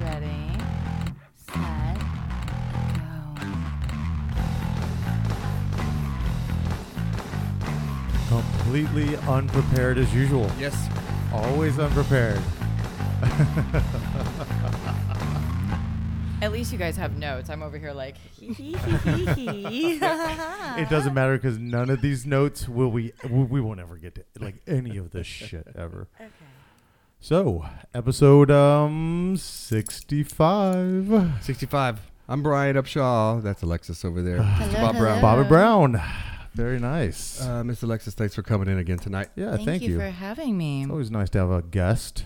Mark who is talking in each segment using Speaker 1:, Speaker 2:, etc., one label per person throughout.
Speaker 1: Ready, set, go.
Speaker 2: Completely unprepared as usual.
Speaker 3: Yes.
Speaker 2: Always unprepared.
Speaker 1: At least you guys have notes. I'm over here like.
Speaker 2: It
Speaker 1: it
Speaker 2: doesn't matter because none of these notes will we we we won't ever get to like any of this shit ever.
Speaker 4: Okay.
Speaker 2: So episode um sixty five.
Speaker 3: 65. I'm Brian Upshaw. That's Alexis over there. Mr. Bob Brown.
Speaker 2: Bobby Brown. Very nice.
Speaker 3: Uh, Miss Alexis, thanks for coming in again tonight.
Speaker 2: yeah,
Speaker 1: Thank, you, for having me.
Speaker 2: it's always nice to have a guest.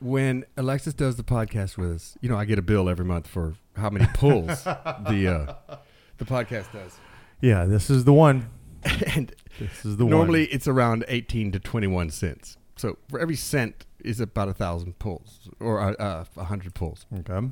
Speaker 3: When Alexis does the podcast with us, you know, I get a bill every month for how many pulls the uh, the podcast does.
Speaker 2: Yeah, this is the one.
Speaker 3: And
Speaker 2: This is the
Speaker 3: normally
Speaker 2: one.
Speaker 3: it's around 18 to 21 cents. So for every cent is about a thousand pulls or a uh, uh, hundred pulls.
Speaker 2: Okay.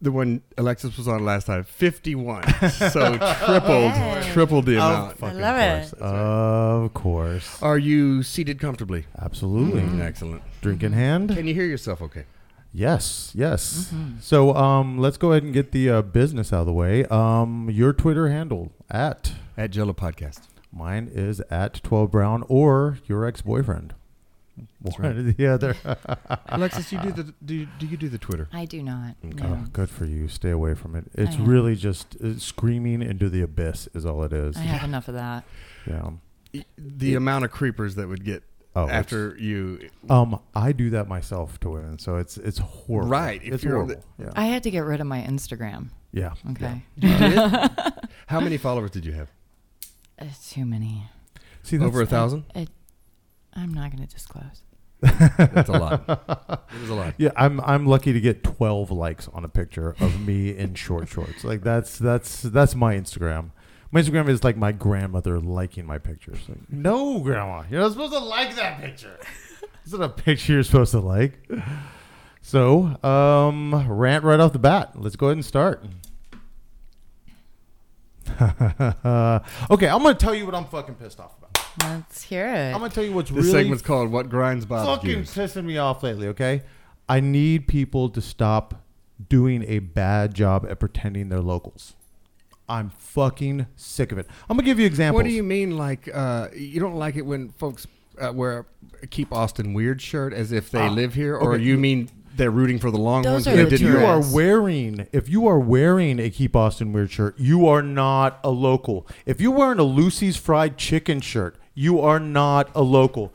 Speaker 3: The one Alexis was on last time, 51. so tripled,
Speaker 1: Yay.
Speaker 3: triple the amount.
Speaker 2: Of fucking
Speaker 4: love
Speaker 2: course.
Speaker 4: it.
Speaker 2: Of course.
Speaker 3: Are you seated comfortably?
Speaker 2: Absolutely.
Speaker 3: Excellent.
Speaker 2: Drink in hand.
Speaker 3: Can you hear yourself okay?
Speaker 2: Yes, yes.
Speaker 1: Mm-hmm.
Speaker 2: So um, let's go ahead and get the uh, business out of the way. Um, your Twitter handle at
Speaker 3: At Jello Podcast.
Speaker 2: mine is at twelve brown or your ex boyfriend. One
Speaker 3: right.
Speaker 2: or the other.
Speaker 3: Alexis, you do the do, do you do the Twitter?
Speaker 1: I do not.
Speaker 2: Oh,
Speaker 1: No.
Speaker 2: good for you. Stay away from it. It's
Speaker 1: am.
Speaker 2: really just uh, screaming into the abyss is all it is.
Speaker 1: I have enough of that.
Speaker 2: Yeah.
Speaker 3: The amount of creepers that would get
Speaker 2: Oh, it's-
Speaker 3: after you,
Speaker 2: Um, I do that myself to women, so it's it's horrible.
Speaker 3: Right, if
Speaker 2: It's
Speaker 3: you're on the-
Speaker 2: horrible. yeah.
Speaker 1: I had to get rid of my Instagram.
Speaker 2: yeah.
Speaker 1: Okay.
Speaker 3: how many followers did you have?
Speaker 1: It's Uh, too many.
Speaker 2: See, that's,
Speaker 3: Over a thousand.
Speaker 1: It, I'm not going to disclose.
Speaker 3: That's a lot. It was a lot.
Speaker 2: Yeah, I'm I'm lucky to get 12 likes on a picture of me in short shorts. Like that's that's that's my Instagram. My Instagram is like my grandmother liking my pictures. Like, no, grandma, you're not supposed to like that picture. It's not a picture you're supposed to like. So, um, rant right off the bat. Let's go ahead and start. okay, I'm gonna tell you what I'm fucking pissed off about.
Speaker 1: Let's hear it.
Speaker 2: I'm gonna tell you what's
Speaker 3: This
Speaker 2: really
Speaker 3: segment's called "What Grinds Bob's
Speaker 2: fucking
Speaker 3: Gears."
Speaker 2: pissing me off lately, okay? I need people to stop doing a bad job at pretending they're locals. I'm fucking sick of it. I'm gonna give you examples.
Speaker 3: What do you mean? Like uh, you don't like it when folks uh, wear a keep Austin weird shirt as if they
Speaker 2: Ah,
Speaker 3: live here, or
Speaker 2: okay.
Speaker 3: you mean they're rooting for the Longhorns?
Speaker 1: Those
Speaker 3: and
Speaker 1: are
Speaker 3: they
Speaker 2: if
Speaker 1: did
Speaker 3: didn't
Speaker 2: you
Speaker 1: your
Speaker 3: wear
Speaker 2: are
Speaker 3: it?
Speaker 1: ass.
Speaker 2: wearing if you are wearing a keep Austin weird shirt, you are not a local. If you're wearing a Lucy's fried chicken shirt, you are not a local.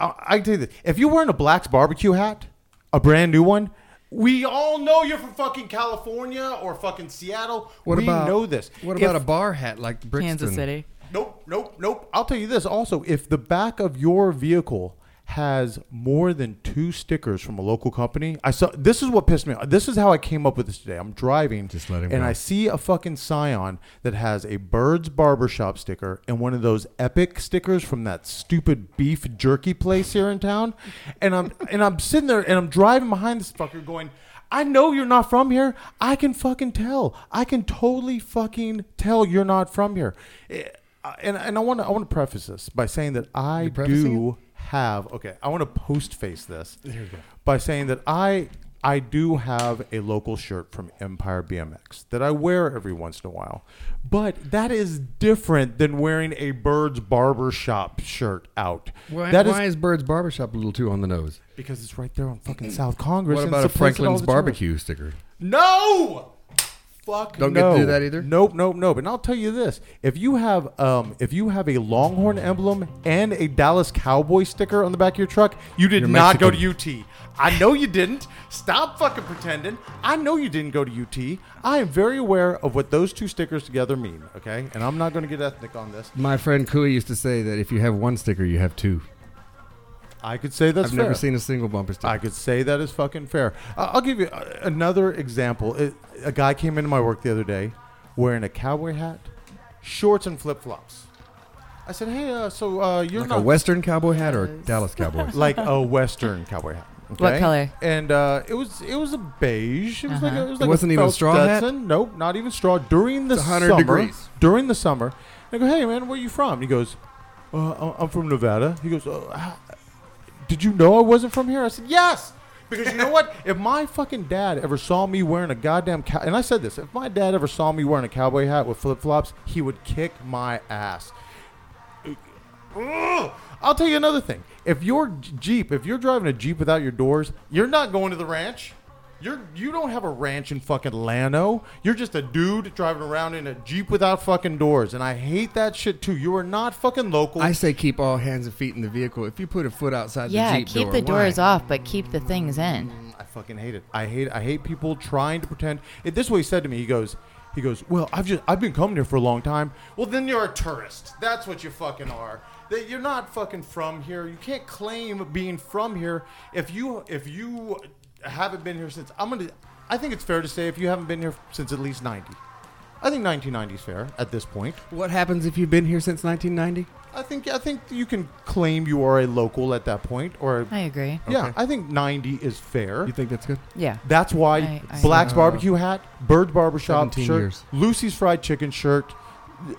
Speaker 2: I, I tell you this: if you're wearing a Black's barbecue hat, a brand new one. We all know you're from fucking California or fucking Seattle.
Speaker 3: What
Speaker 2: we
Speaker 3: about
Speaker 2: know this.
Speaker 3: What
Speaker 2: If-
Speaker 3: about a bar hat like Brixton?
Speaker 1: Kansas City.
Speaker 2: Nope, nope, nope. I'll tell you this also if the back of your vehicle has more than two stickers from a local company, I saw this is what pissed me off. This is how I came up with this today. I'm driving
Speaker 3: Just let him
Speaker 2: and
Speaker 3: go.
Speaker 2: I see a fucking Scion that has a Bird's Barbershop sticker and one of those epic stickers from that stupid beef jerky place here in town. And I'm and I'm sitting there and I'm driving behind this fucker going I know you're not from here. I can fucking tell. I can totally fucking tell you're not from here. Eh, I- and and I want to I want to preface this by saying that I
Speaker 3: prefacing
Speaker 2: do have okay. I want to post face this by saying that I I do have a local shirt from Empire BMX that I wear every once in a while, but that is different than wearing a Bird's Barbershop shirt out.
Speaker 3: Why,
Speaker 2: that
Speaker 3: why is Bird's Barbershop a little too on the nose?
Speaker 2: because it's right there on fucking South Congress.
Speaker 3: What
Speaker 2: and
Speaker 3: about a
Speaker 2: it's place that all
Speaker 3: Franklin's
Speaker 2: the tourists-
Speaker 3: barbecue sticker?
Speaker 2: No. Fuck.
Speaker 3: Don't get
Speaker 2: no.
Speaker 3: to do that either?
Speaker 2: Nope, nope, nope. And I'll tell you this: if you have, um, if you have a Longhorn emblem and a Dallas Cowboy sticker on the back of your truck, you did
Speaker 3: You're
Speaker 2: not
Speaker 3: Mexican.
Speaker 2: go to UT. I know you didn't. Stop fucking pretending. I know you didn't go to UT. I am very aware of what those two stickers together mean. Okay, and I'm not going to get ethnic on this.
Speaker 3: My friend Cooey used to say that if you have one sticker, you have two.
Speaker 2: I could say that's
Speaker 3: I've never
Speaker 2: fair.
Speaker 3: seen a single bumper sticker.
Speaker 2: I could say that is fucking fair. I- I'll give you a- another example. It, a guy came into my work the other day wearing a cowboy hat, shorts, and flip flops. I said, "Hey, uh, so uh, you're
Speaker 3: like
Speaker 2: not
Speaker 3: a Western cowboy hat or a Dallas Cowboys?
Speaker 2: like a Western cowboy hat."
Speaker 1: What
Speaker 2: Okay?
Speaker 1: color?
Speaker 2: And uh, it was it was a beige. It was like
Speaker 1: Uh-huh.
Speaker 2: a, it was
Speaker 3: It
Speaker 2: like
Speaker 3: wasn't
Speaker 2: a
Speaker 3: even
Speaker 2: felt
Speaker 3: straw hat?
Speaker 2: Stetson. Nope, not even straw. During the
Speaker 3: It's 100
Speaker 2: summer,
Speaker 3: degrees.
Speaker 2: during the summer, I go, hey man, where you from? he goes, uh, I- I'm from Nevada. He goes, uh, how- did you know I wasn't from here? I said, yes. Because you know what? If my fucking dad ever saw me wearing a goddamn cow, and I said this, if my dad ever saw me wearing a cowboy hat with flip flops, he would kick my ass. Ugh. I'll tell you another thing. If your Jeep, if you're driving a Jeep without your doors, you're not going to the ranch. You're you don't have a ranch in fucking Lano. You're just a dude driving around in a Jeep without fucking doors, and I hate that shit too. You are not fucking local.
Speaker 3: I say keep all hands and feet in the vehicle. If you put a foot outside
Speaker 1: yeah,
Speaker 3: the Jeep
Speaker 1: keep
Speaker 3: door,
Speaker 1: the doors
Speaker 3: why?
Speaker 1: off, but keep the things in.
Speaker 2: Mm, I fucking hate it. I hate I hate people trying to pretend. It, this is what he said to me. He goes, he goes, well, I've just I've been coming here for a long time. Well, then you're a tourist. That's what you fucking are. That you're not fucking from here. You can't claim being from here if you if you haven't been here since. I'm gonna. I think it's fair to say if you haven't been here since at least ninety. I think 1990 is fair at this point.
Speaker 3: What happens if you've been here since 1990?
Speaker 2: I think I think you can claim you are a local at that point, or
Speaker 1: I agree.
Speaker 2: yeah,
Speaker 3: Okay.
Speaker 2: I think 90 is fair.
Speaker 3: You think that's good?
Speaker 1: Yeah.
Speaker 2: That's why
Speaker 1: I- I-
Speaker 2: Black's
Speaker 3: Uh,
Speaker 2: barbecue hat, Bird's barbershop
Speaker 3: 17
Speaker 2: shirt,
Speaker 3: years.
Speaker 2: Lucy's fried chicken shirt,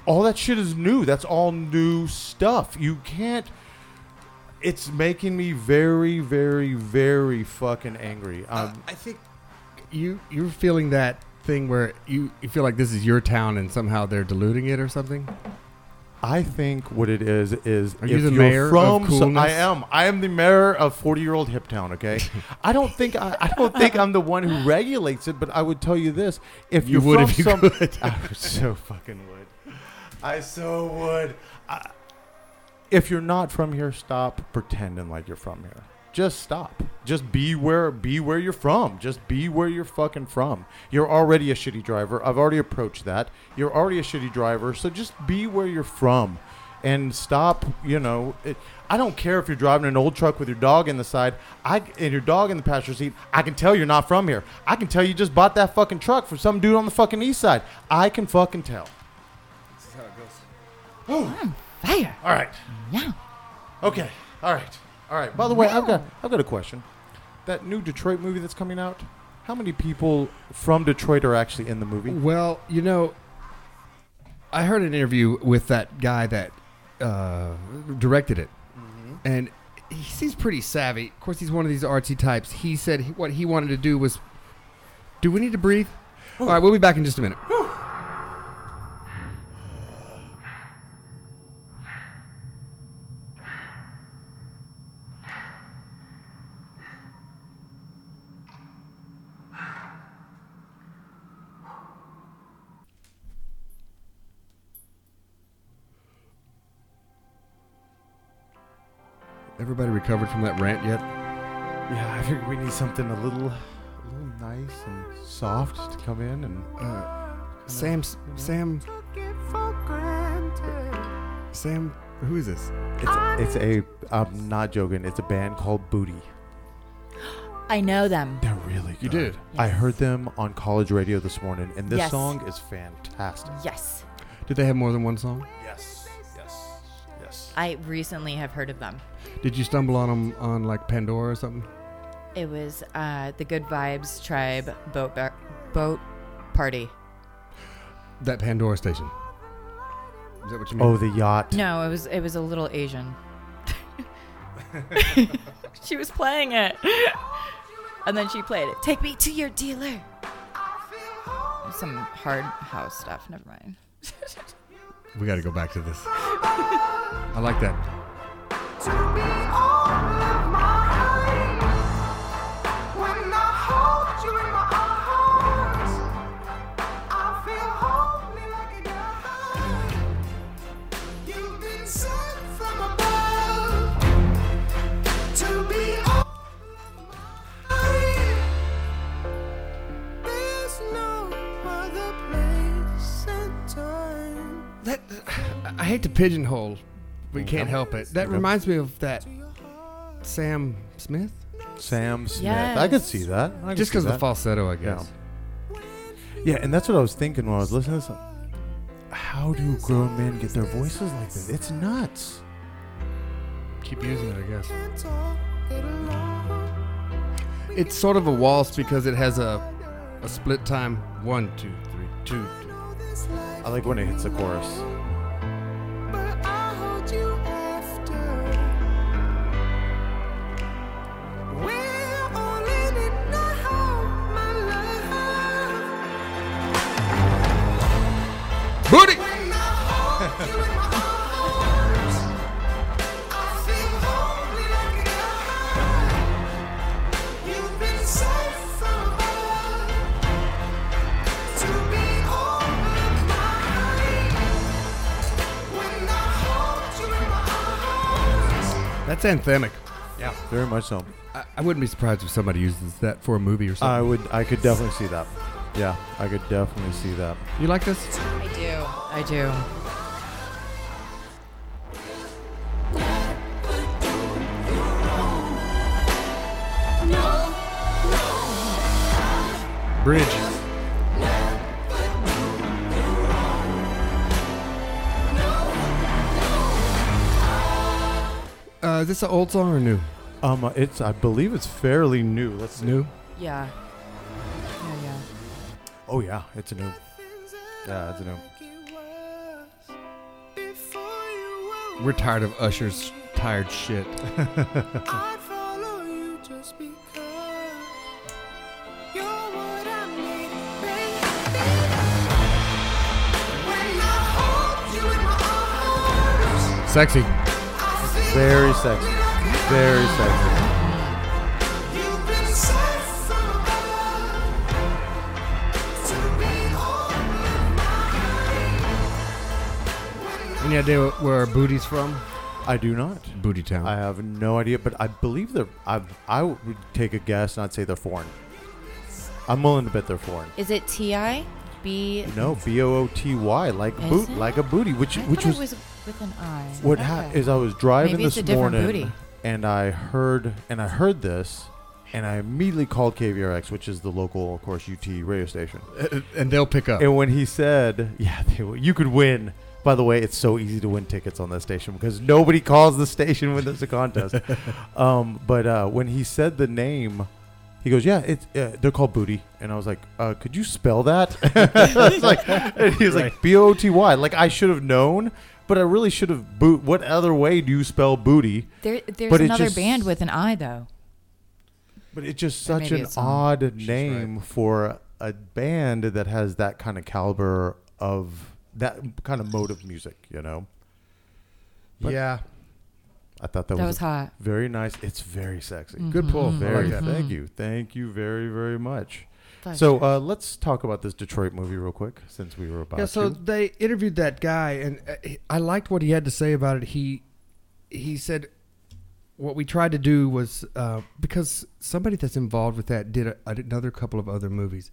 Speaker 2: all that shit is new. That's all new stuff. You can't. It's making me very, very, very fucking angry. Um,
Speaker 3: I think you you're feeling that thing where you, you feel like this is your town and somehow they're diluting it or something.
Speaker 2: I think what it is is
Speaker 3: Are you
Speaker 2: if
Speaker 3: the
Speaker 2: you're
Speaker 3: mayor of
Speaker 2: from, so-
Speaker 3: coolness?
Speaker 2: I am. I am the mayor of forty-year-old Hip Town. Okay, I don't think I, I don't think I'm the one who regulates it, but I would tell you this: if you're
Speaker 3: You would
Speaker 2: from
Speaker 3: if you
Speaker 2: some,
Speaker 3: could.
Speaker 2: I so fucking would. I so would. I, if you're not from here, stop pretending like you're from here. Just stop. Just be where be where you're from. Just be where you're fucking from. You're already a shitty driver. I've already approached that. You're already a shitty driver. So just be where you're from, and stop. You know, it, I don't care if you're driving an old truck with your dog in the side. I and your dog in the passenger seat. I can tell you're not from here. I can tell you just bought that fucking truck from some dude on the fucking east side. I can fucking tell.
Speaker 3: This is how it goes.
Speaker 1: Fire.
Speaker 2: All right.
Speaker 1: Yeah.
Speaker 2: Okay. All right. All right. By the way, I've got I've got a question. That new Detroit movie that's coming out. How many people from Detroit are actually in the movie?
Speaker 3: Well, you know, I heard an interview with that guy that uh, directed it, and he seems pretty savvy. Of course, he's one of these artsy types. He said he, what he wanted to do was, do we need to breathe? All right, we'll be back in just a minute. Everybody recovered from that rant yet?
Speaker 2: Yeah, I figured we need something a little, a little nice and soft to come in and.
Speaker 3: Uh, Sam, Sam, Sam, who is this?
Speaker 1: Um,
Speaker 2: It's, it's a. I'm not joking. It's a band called Booty.
Speaker 1: I know them.
Speaker 2: They're really good.
Speaker 3: You did?
Speaker 2: I heard them on college radio this morning, and this
Speaker 1: Yes.
Speaker 2: song is fantastic.
Speaker 1: Yes.
Speaker 3: Did they have more than one song?
Speaker 2: Yes. Yes. Yes.
Speaker 1: I recently have heard of them.
Speaker 3: Did you stumble on them on like Pandora or something?
Speaker 1: It was uh, the Good Vibes Tribe boat bar- boat party.
Speaker 3: That Pandora station. Is that what you mean?
Speaker 2: Oh, the yacht.
Speaker 1: No, it was it was a little Asian. she was playing it, and then she played it. Take me to your dealer. Some hard house stuff. Never mind.
Speaker 2: Oh.
Speaker 3: we got to go back to this. I like that.
Speaker 4: There's no other place and time
Speaker 3: That I hate to pigeonhole, but you can't help it. That reminds me of that Sam Smith.
Speaker 2: Sam Smith. I could see that. I could
Speaker 3: Just
Speaker 2: see
Speaker 3: because of the
Speaker 2: that.
Speaker 3: falsetto, I guess.
Speaker 2: Yeah, and that's what I was thinking when I was listening to this. How do grown men get their voices like this? It's nuts.
Speaker 3: Keep using it, I guess.
Speaker 4: can't talk it alone.
Speaker 3: It's sort of a waltz because it has a, a split time. One, two, three, two, two.
Speaker 2: I like when it hits the chorus.
Speaker 4: But I hold you after. We're all in it now, my love.
Speaker 3: Booty!
Speaker 4: When I hold you in my arms, I feel holy like a god. You've been sent from above to be all of mine. When I hold you in my arms,
Speaker 3: That's anthemic.
Speaker 2: Yeah, very much so.
Speaker 3: I, I wouldn't be surprised if somebody uses that for a movie or
Speaker 2: I
Speaker 3: something.
Speaker 2: would, I could definitely see that. Yeah, I could definitely see that.
Speaker 3: you like this?
Speaker 1: I do. I
Speaker 3: Bridge. Uh, is this an old song or new?
Speaker 2: Um, it's, I believe it's fairly new. Let's see.
Speaker 3: New.
Speaker 1: do. Yeah. Yeah, yeah.
Speaker 2: Oh yeah, it's a new.
Speaker 4: nothing's
Speaker 2: Yeah, it's a new.
Speaker 4: like it was before you were
Speaker 3: We're tired of Usher's tired shit.
Speaker 4: I'd follow you just because you're what I need, baby. When I hold you in my arms,
Speaker 3: Sexy.
Speaker 4: I feel
Speaker 2: Very sexy.
Speaker 4: like a
Speaker 2: Very sexy.
Speaker 4: You've been sent from above to be all of mine. When
Speaker 3: Any idea where our booty's from?
Speaker 2: I do not.
Speaker 3: Booty Town.
Speaker 2: I have no idea, but I believe they're. I I would take a guess, and I'd say they're foreign. I'm willing to bet they're foreign.
Speaker 1: Is it T.I.? B.
Speaker 2: No, B O O T Y, like
Speaker 1: Is
Speaker 2: boot,
Speaker 1: it?
Speaker 2: like a booty, which
Speaker 1: I
Speaker 2: which
Speaker 1: thought
Speaker 2: was,
Speaker 1: it was with an I.
Speaker 2: what ha-
Speaker 1: Okay.
Speaker 2: is I was driving
Speaker 1: Maybe it's
Speaker 2: this
Speaker 1: a different
Speaker 2: morning,
Speaker 1: booty.
Speaker 2: and I heard and I heard this, and I immediately called KVRX, which is the local, of course, UT radio station.
Speaker 3: and they'll pick up.
Speaker 2: And when he said, "Yeah, they will, you could win." By the way, it's so easy to win tickets on that station because nobody calls the station when there's a contest. um, but uh, when he said the name, he goes, "Yeah, it's uh, they're called Booty," and I was like, uh, "Could you spell that?" It's like, and he was like, "B O T Y." Like I should have known, but I really should have boot. What other way do you spell booty?
Speaker 1: There, there's
Speaker 2: But it
Speaker 1: another
Speaker 2: just-
Speaker 1: band with an I though.
Speaker 2: But it's just
Speaker 1: Or
Speaker 2: such
Speaker 1: maybe
Speaker 2: an
Speaker 1: it's on-
Speaker 2: odd name for a band that has that kind of caliber of that kind of mode of music, you know?
Speaker 3: yeah.
Speaker 2: I thought that,
Speaker 1: That was Mm-hmm.
Speaker 2: was,
Speaker 1: hot.
Speaker 2: very nice. It's very sexy.
Speaker 3: Good pull.
Speaker 2: Very,
Speaker 3: I like that.
Speaker 2: Thank you. Thank you very, very much.
Speaker 1: Pleasure.
Speaker 2: So uh, let's talk about this Detroit movie real quick since we were about
Speaker 3: Yeah, so
Speaker 2: to.
Speaker 3: they interviewed that guy, and uh, he- I liked what he had to say about it. He he said what we tried to do was uh, because somebody that's involved with that did a, another couple of other movies,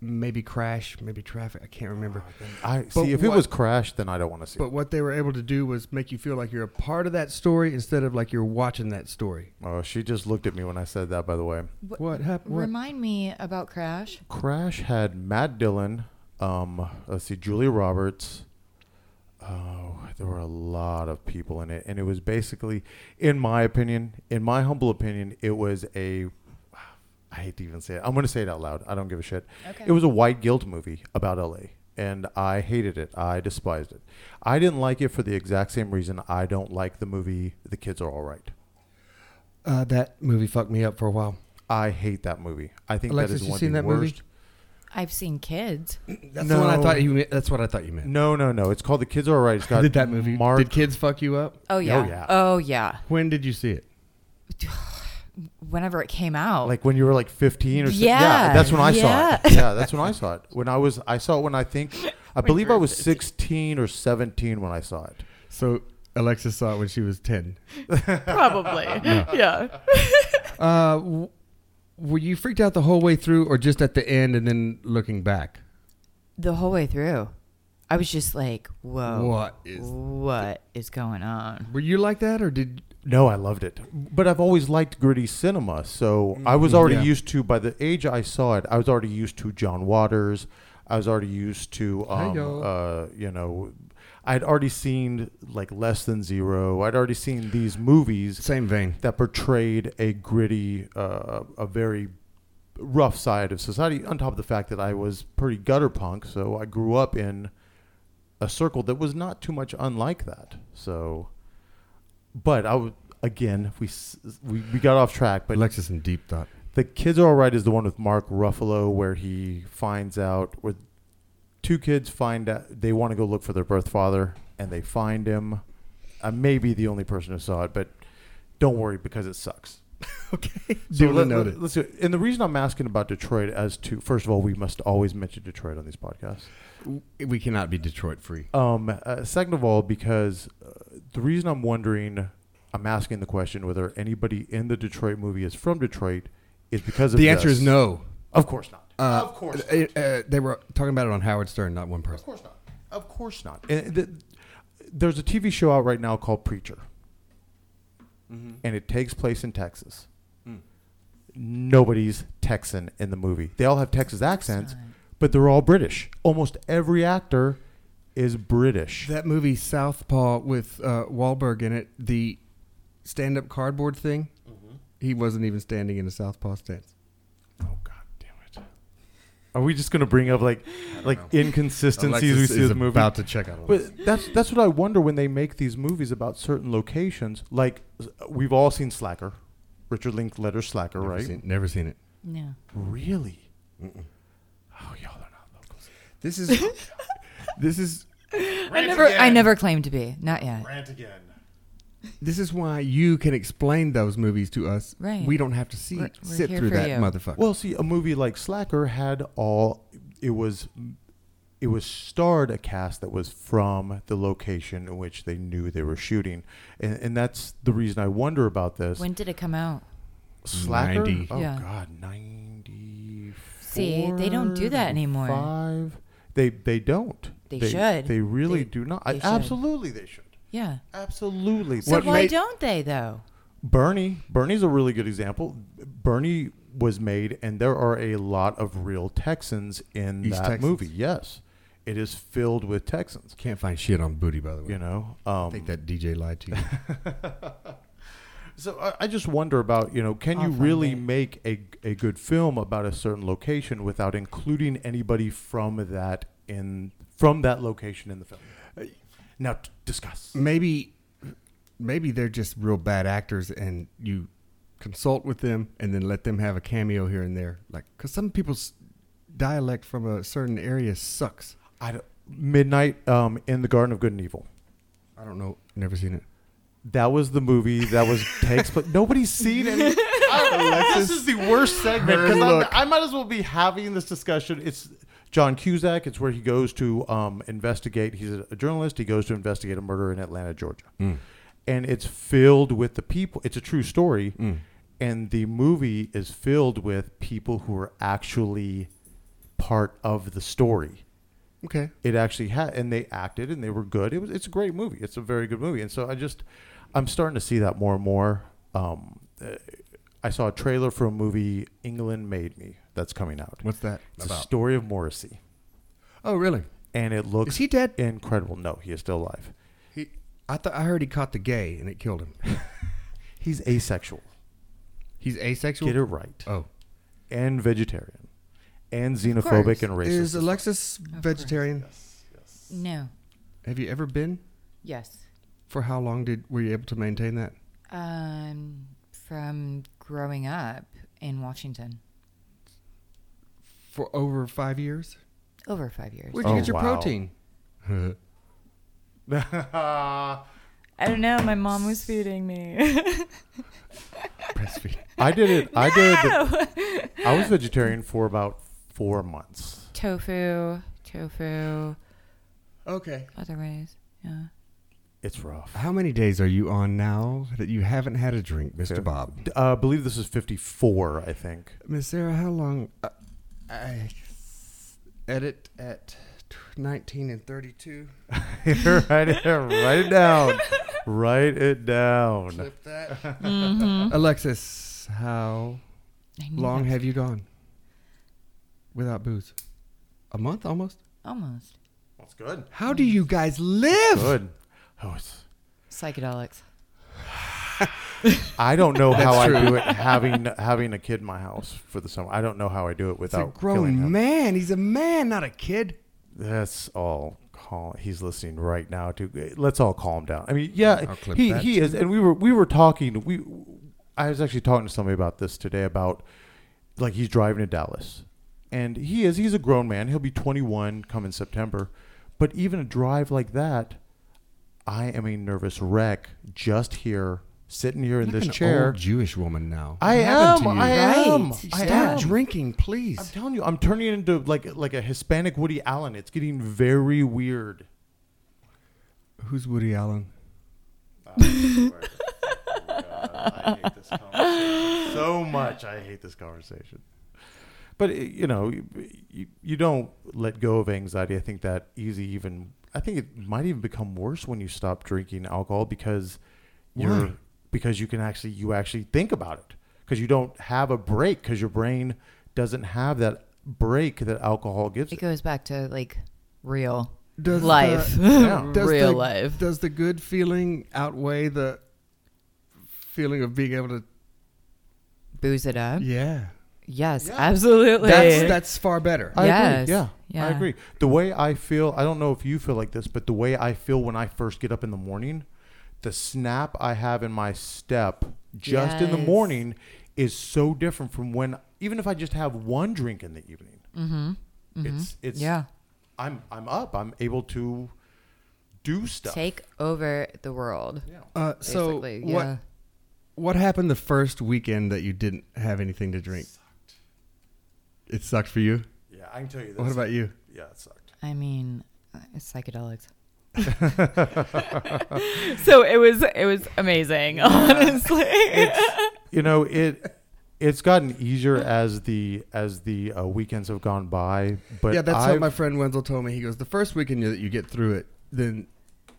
Speaker 3: maybe Crash, maybe Traffic. Oh, I can't remember.
Speaker 2: I
Speaker 3: but
Speaker 2: see if it
Speaker 3: what-
Speaker 2: was Crash, then I don't want to see
Speaker 3: But what they were able to do was make you feel like you're a part of that story instead of like you're watching that story.
Speaker 2: it. Oh, she just looked at me when I said that, by the way.
Speaker 1: Wh-
Speaker 3: What happened? What?
Speaker 1: Remind me about Crash.
Speaker 2: Crash had Matt Dillon. Um, let's see, Julia Roberts. Oh, there were a lot of people in it, and it was basically, in my opinion, in my humble opinion, it was a. I hate to even say it. I'm going to say it out loud. I don't give a shit.
Speaker 1: Okay.
Speaker 2: It was a white guilt movie about LA, and I hated it. I despised it. I didn't like it for the exact same reason I don't like the movie The Kids Are All Right.
Speaker 3: Uh, that movie fucked me up for a while.
Speaker 2: I hate that movie. I think
Speaker 3: Alexis,
Speaker 2: that is
Speaker 3: you
Speaker 2: one
Speaker 3: seen
Speaker 2: of the
Speaker 3: that movie?
Speaker 2: worst.
Speaker 1: I've seen kids.
Speaker 3: That's the one I
Speaker 2: No.
Speaker 3: thought you. meant- That's what I thought you meant.
Speaker 2: No, no, no. It's called The Kids Are All Right. It's got
Speaker 3: Did that movie?
Speaker 2: Mark
Speaker 3: Did kids fuck you up?
Speaker 1: Oh yeah.
Speaker 2: yeah.
Speaker 1: Oh yeah.
Speaker 3: When did you see it?
Speaker 1: Whenever it came out.
Speaker 2: like when you were like 15 or so-
Speaker 1: Yeah,
Speaker 2: that's when I saw
Speaker 1: yeah.
Speaker 2: it. Yeah, that's when I saw it. When I was, I saw it when I think, I believe I was 16 or 17 when I saw it.
Speaker 3: So Alexis saw it when she was ten.
Speaker 1: probably. yeah.
Speaker 3: Uh, w- were you freaked out the whole way through, or just at the end and then looking back?
Speaker 1: The whole way through, I was just like, "Whoa,
Speaker 3: What is-
Speaker 1: what is going on?"
Speaker 3: Were you like that, or did?
Speaker 2: No, I loved it. But I've always liked gritty cinema. So I was already
Speaker 3: Mm-hmm. Yeah.
Speaker 2: used to, by the age I saw it, I was already used to John Waters. I was already used to, um,
Speaker 3: Hi-yo.
Speaker 2: uh, you know, I'd already seen like Less Than Zero. I'd already seen these movies
Speaker 3: Same vein.
Speaker 2: that portrayed a gritty, uh, a very rough side of society. On top of the fact that I was pretty gutter punk, so I grew up in a circle that was not too much unlike that. So, but I would again we s- we, we got off track. But
Speaker 3: Alexis in deep thought.
Speaker 2: the kids are all right is the one with Mark Ruffalo where he finds out where two kids find out they want to go look for their birth father and they find him. I may be the only person who saw it, but don't worry because it sucks.
Speaker 3: Okay.
Speaker 2: So
Speaker 3: Duly
Speaker 2: let,
Speaker 3: noted.
Speaker 2: us and the reason I'm asking about Detroit as to first of all, we must always mention Detroit on these podcasts.
Speaker 3: we cannot be Detroit free.
Speaker 2: Um, uh, second of all, because uh, the reason I'm wondering, I'm asking the question whether anybody in the Detroit movie is from Detroit is because of
Speaker 3: The answer
Speaker 2: this.
Speaker 3: is no.
Speaker 2: Of course not.
Speaker 3: Uh,
Speaker 2: of course.
Speaker 3: uh, uh, they were talking about it on Howard Stern, not one
Speaker 2: Of
Speaker 3: person.
Speaker 2: course not. Of course not. And th- there's a TV show out right now called Preacher, and it takes place in Texas. Mm. Nobody's Texan in the movie. They all have Texas accents, but they're all British. Almost every actor is British.
Speaker 3: That movie Southpaw with uh, Wahlberg in it, the stand-up cardboard thing.
Speaker 2: Mm-hmm.
Speaker 3: He wasn't even standing in a Southpaw stance.
Speaker 2: oh God damn it! Are we just gonna bring up like like inconsistencies we
Speaker 3: Alexis
Speaker 2: see in
Speaker 3: is
Speaker 2: the movie?
Speaker 3: about to check out. Alexis.
Speaker 2: But that's that's what I wonder when they make these movies about certain locations. Like we've all seen Slacker, Richard Linklater Slacker,
Speaker 3: Never
Speaker 2: right?
Speaker 3: seen- never seen it.
Speaker 1: No.
Speaker 2: Really? Oh, y'all are not locals.
Speaker 3: This is this is
Speaker 1: I never, I never claimed to be. Not yet.
Speaker 2: Rant again.
Speaker 3: this is why you can explain those movies to us.
Speaker 1: Right.
Speaker 3: We don't have to see
Speaker 1: We're- we're
Speaker 3: sit
Speaker 1: here
Speaker 3: through
Speaker 1: for
Speaker 3: that
Speaker 1: you.
Speaker 3: motherfucker.
Speaker 2: Well, see, a movie like Slacker had all. It was, it was starred a cast that was from the location in which they knew they were shooting, and, and that's the reason I wonder about this.
Speaker 1: When did it come out?
Speaker 2: Slacker.
Speaker 3: 90.
Speaker 2: Oh
Speaker 1: Yeah.
Speaker 2: God, ninety.
Speaker 1: See, they don't do that anymore.
Speaker 2: Five. They they don't.
Speaker 1: They should.
Speaker 2: They really
Speaker 1: They-
Speaker 2: do not. I-
Speaker 1: they should.
Speaker 2: absolutely, they should.
Speaker 1: Yeah.
Speaker 2: Absolutely.
Speaker 1: So why don't they though?
Speaker 2: Bernie. Bernie's a really good example. Bernie was made, and there are a lot of real Texans in
Speaker 3: East
Speaker 2: that
Speaker 3: Texans.
Speaker 2: movie. Yes, it is filled with Texans.
Speaker 3: Can't find shit on booty, by the way.
Speaker 2: You know,
Speaker 3: I think
Speaker 2: um,
Speaker 3: that DJ lied to you.
Speaker 2: so I, I just wonder about you know, can
Speaker 1: I'll
Speaker 2: you
Speaker 1: find
Speaker 2: really
Speaker 1: it.
Speaker 2: make a a good film about a certain location without including anybody from that in from that location in the film?
Speaker 1: Uh,
Speaker 2: Now t- discuss.
Speaker 3: maybe, maybe they're just real bad actors, and you consult with them, and then let them have a cameo here and there, like because some people's dialect from a certain area sucks.
Speaker 2: I don't- Midnight um, in the Garden of Good and Evil.
Speaker 3: I don't know. Never seen it.
Speaker 2: That was the movie that was takes place. Nobody's seen it. this is the worst segment
Speaker 3: Her
Speaker 2: because
Speaker 3: look.
Speaker 2: I might as well be having this discussion. It's John Cusack. It's where he goes to um, investigate. He's a journalist. He goes to investigate a murder in Atlanta, Georgia, and it's filled with the people. It's a true story, and the movie is filled with people who are actually part of the story
Speaker 3: Okay.
Speaker 2: it actually had and they acted and they were good it was it's a great movie it's a very good movie and so i just i'm starting to see that more and more um uh, i saw a trailer for a movie england made me that's coming out
Speaker 3: What's that
Speaker 2: it's a
Speaker 3: about?
Speaker 2: story of morrissey
Speaker 3: oh, really?
Speaker 2: and it looks
Speaker 3: Is he dead?
Speaker 2: incredible no he is still alive
Speaker 3: He, I thought I heard he caught the gay and it killed him.
Speaker 2: he's asexual
Speaker 3: He's asexual.
Speaker 2: get it right
Speaker 3: Oh,
Speaker 2: and vegetarian and xenophobic and racist
Speaker 3: Is Alexis vegetarian?
Speaker 1: No.
Speaker 3: Have you ever been?
Speaker 1: Yes.
Speaker 3: For how long did were you able to maintain that?
Speaker 1: Um, from growing up in Washington,
Speaker 3: For over five years.
Speaker 1: over five years.
Speaker 3: Where'd you
Speaker 2: Oh,
Speaker 3: get your
Speaker 2: wow.
Speaker 3: protein? That's
Speaker 1: I don't know. My mom was feeding me.
Speaker 3: breastfeed.
Speaker 2: i did it i did it i was vegetarian for about four months
Speaker 1: tofu, tofu,
Speaker 3: Okay.
Speaker 1: other ways. Yeah.
Speaker 2: it's rough
Speaker 3: How many days are you on now that you haven't had a drink, Mister
Speaker 2: Yeah.
Speaker 3: Bob?
Speaker 2: D- uh, I believe this is 54, I think.
Speaker 3: Miss Sarah, how long? Uh, I edit at t- nineteen and thirty-two.
Speaker 2: write, it, write it down. write it down.
Speaker 3: Flip that. Alexis, how
Speaker 1: I knew
Speaker 3: long
Speaker 1: that-
Speaker 3: have you gone without booze? A month almost.
Speaker 1: Almost.
Speaker 2: That's good.
Speaker 3: How do you guys live?
Speaker 2: Good. Oh, it's,
Speaker 1: Psychedelics.
Speaker 2: I don't know how I
Speaker 3: true.
Speaker 2: do it having having a kid in my house for the summer. I don't know how I do it
Speaker 3: It's a
Speaker 2: without killing him.
Speaker 3: grown man. He's a man, not a kid.
Speaker 2: That's all. Call. He's listening right now. To let's all calm down. I mean, yeah,
Speaker 3: I'll clip
Speaker 2: he
Speaker 3: that,
Speaker 2: he is, and we were we were talking. We I was actually talking to somebody about this today about like he's driving to Dallas, and he is he's a grown man. He'll be 21 come in September, but even a drive like that, I am a nervous wreck just here, sitting here in
Speaker 3: Like
Speaker 2: this
Speaker 3: an
Speaker 2: chair.
Speaker 3: old Jewish woman now.
Speaker 2: I
Speaker 3: What happened
Speaker 2: am.
Speaker 3: to you?
Speaker 2: I am.
Speaker 1: Right.
Speaker 2: I
Speaker 3: Stop
Speaker 2: am.
Speaker 3: drinking,
Speaker 2: I'm
Speaker 3: please.
Speaker 2: telling you, I'm turning into like like a Hispanic Woody Allen. It's getting very weird.
Speaker 3: Who's Woody Allen?
Speaker 2: I hate this conversation so much. I hate this conversation. But eh, you know, you, you, you don't let go of anxiety. I think that easy. Even I think it might even become worse when you stop drinking alcohol because
Speaker 3: Why?
Speaker 2: you're because you can actually you actually think about it because you don't have a break because your brain doesn't have that break that alcohol gives.
Speaker 1: It
Speaker 2: It.
Speaker 1: goes back to like real
Speaker 3: Does
Speaker 1: life.
Speaker 2: Yeah.
Speaker 3: Does
Speaker 1: real
Speaker 3: the-
Speaker 1: life.
Speaker 3: Does the good feeling outweigh the feeling of being able to?
Speaker 1: Booze it up.
Speaker 3: Yeah,
Speaker 1: Yes,
Speaker 2: Yeah.
Speaker 1: absolutely.
Speaker 3: that's that's far better.
Speaker 2: I
Speaker 1: Yes.
Speaker 2: agree. Yeah,
Speaker 1: Yeah.
Speaker 2: I agree. The way I feel, I don't know if you feel like this, but the way I feel when I first get up in the morning, the snap I have in my step just in the
Speaker 1: Yes.
Speaker 2: morning is so different from when, even if I just have one drink in the evening. Mm-hmm. It's it's
Speaker 1: yeah.
Speaker 2: I'm I'm up. I'm able to do stuff.
Speaker 1: Take over the world.
Speaker 3: Uh, so
Speaker 1: Basically,
Speaker 3: what?
Speaker 1: yeah.
Speaker 3: What happened the first weekend that you didn't have anything to drink? It sucked for you.
Speaker 2: yeah, I can tell you. This.
Speaker 3: What about you?
Speaker 2: Yeah, it sucked.
Speaker 1: I mean, it's psychedelics. so it was it was amazing, honestly.
Speaker 2: you know it. It's gotten easier as the as the uh, weekends have gone by, but
Speaker 3: yeah, that's
Speaker 2: I've-
Speaker 3: what my friend Wenzel told me. He goes, the first weekend that you get through it, then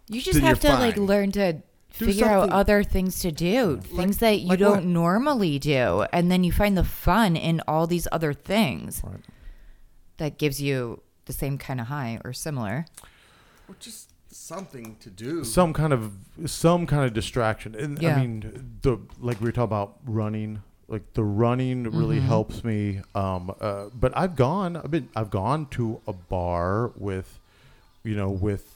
Speaker 1: you just
Speaker 3: Then
Speaker 1: have to
Speaker 3: you're
Speaker 1: like
Speaker 3: fine.
Speaker 1: learn to figure out
Speaker 3: something.
Speaker 1: other things to do, things that you
Speaker 3: like
Speaker 1: don't
Speaker 3: what?
Speaker 1: normally do, and then you find the fun in all these other things
Speaker 2: Right.
Speaker 1: that gives you the same kind of high or similar.
Speaker 3: just something to do.
Speaker 2: some kind of some kind of distraction and
Speaker 1: Yeah.
Speaker 2: i mean the like we were talking about running like the running
Speaker 3: Mm-hmm.
Speaker 2: really helps me um uh, but i've gone i've been i've gone to a bar with you know with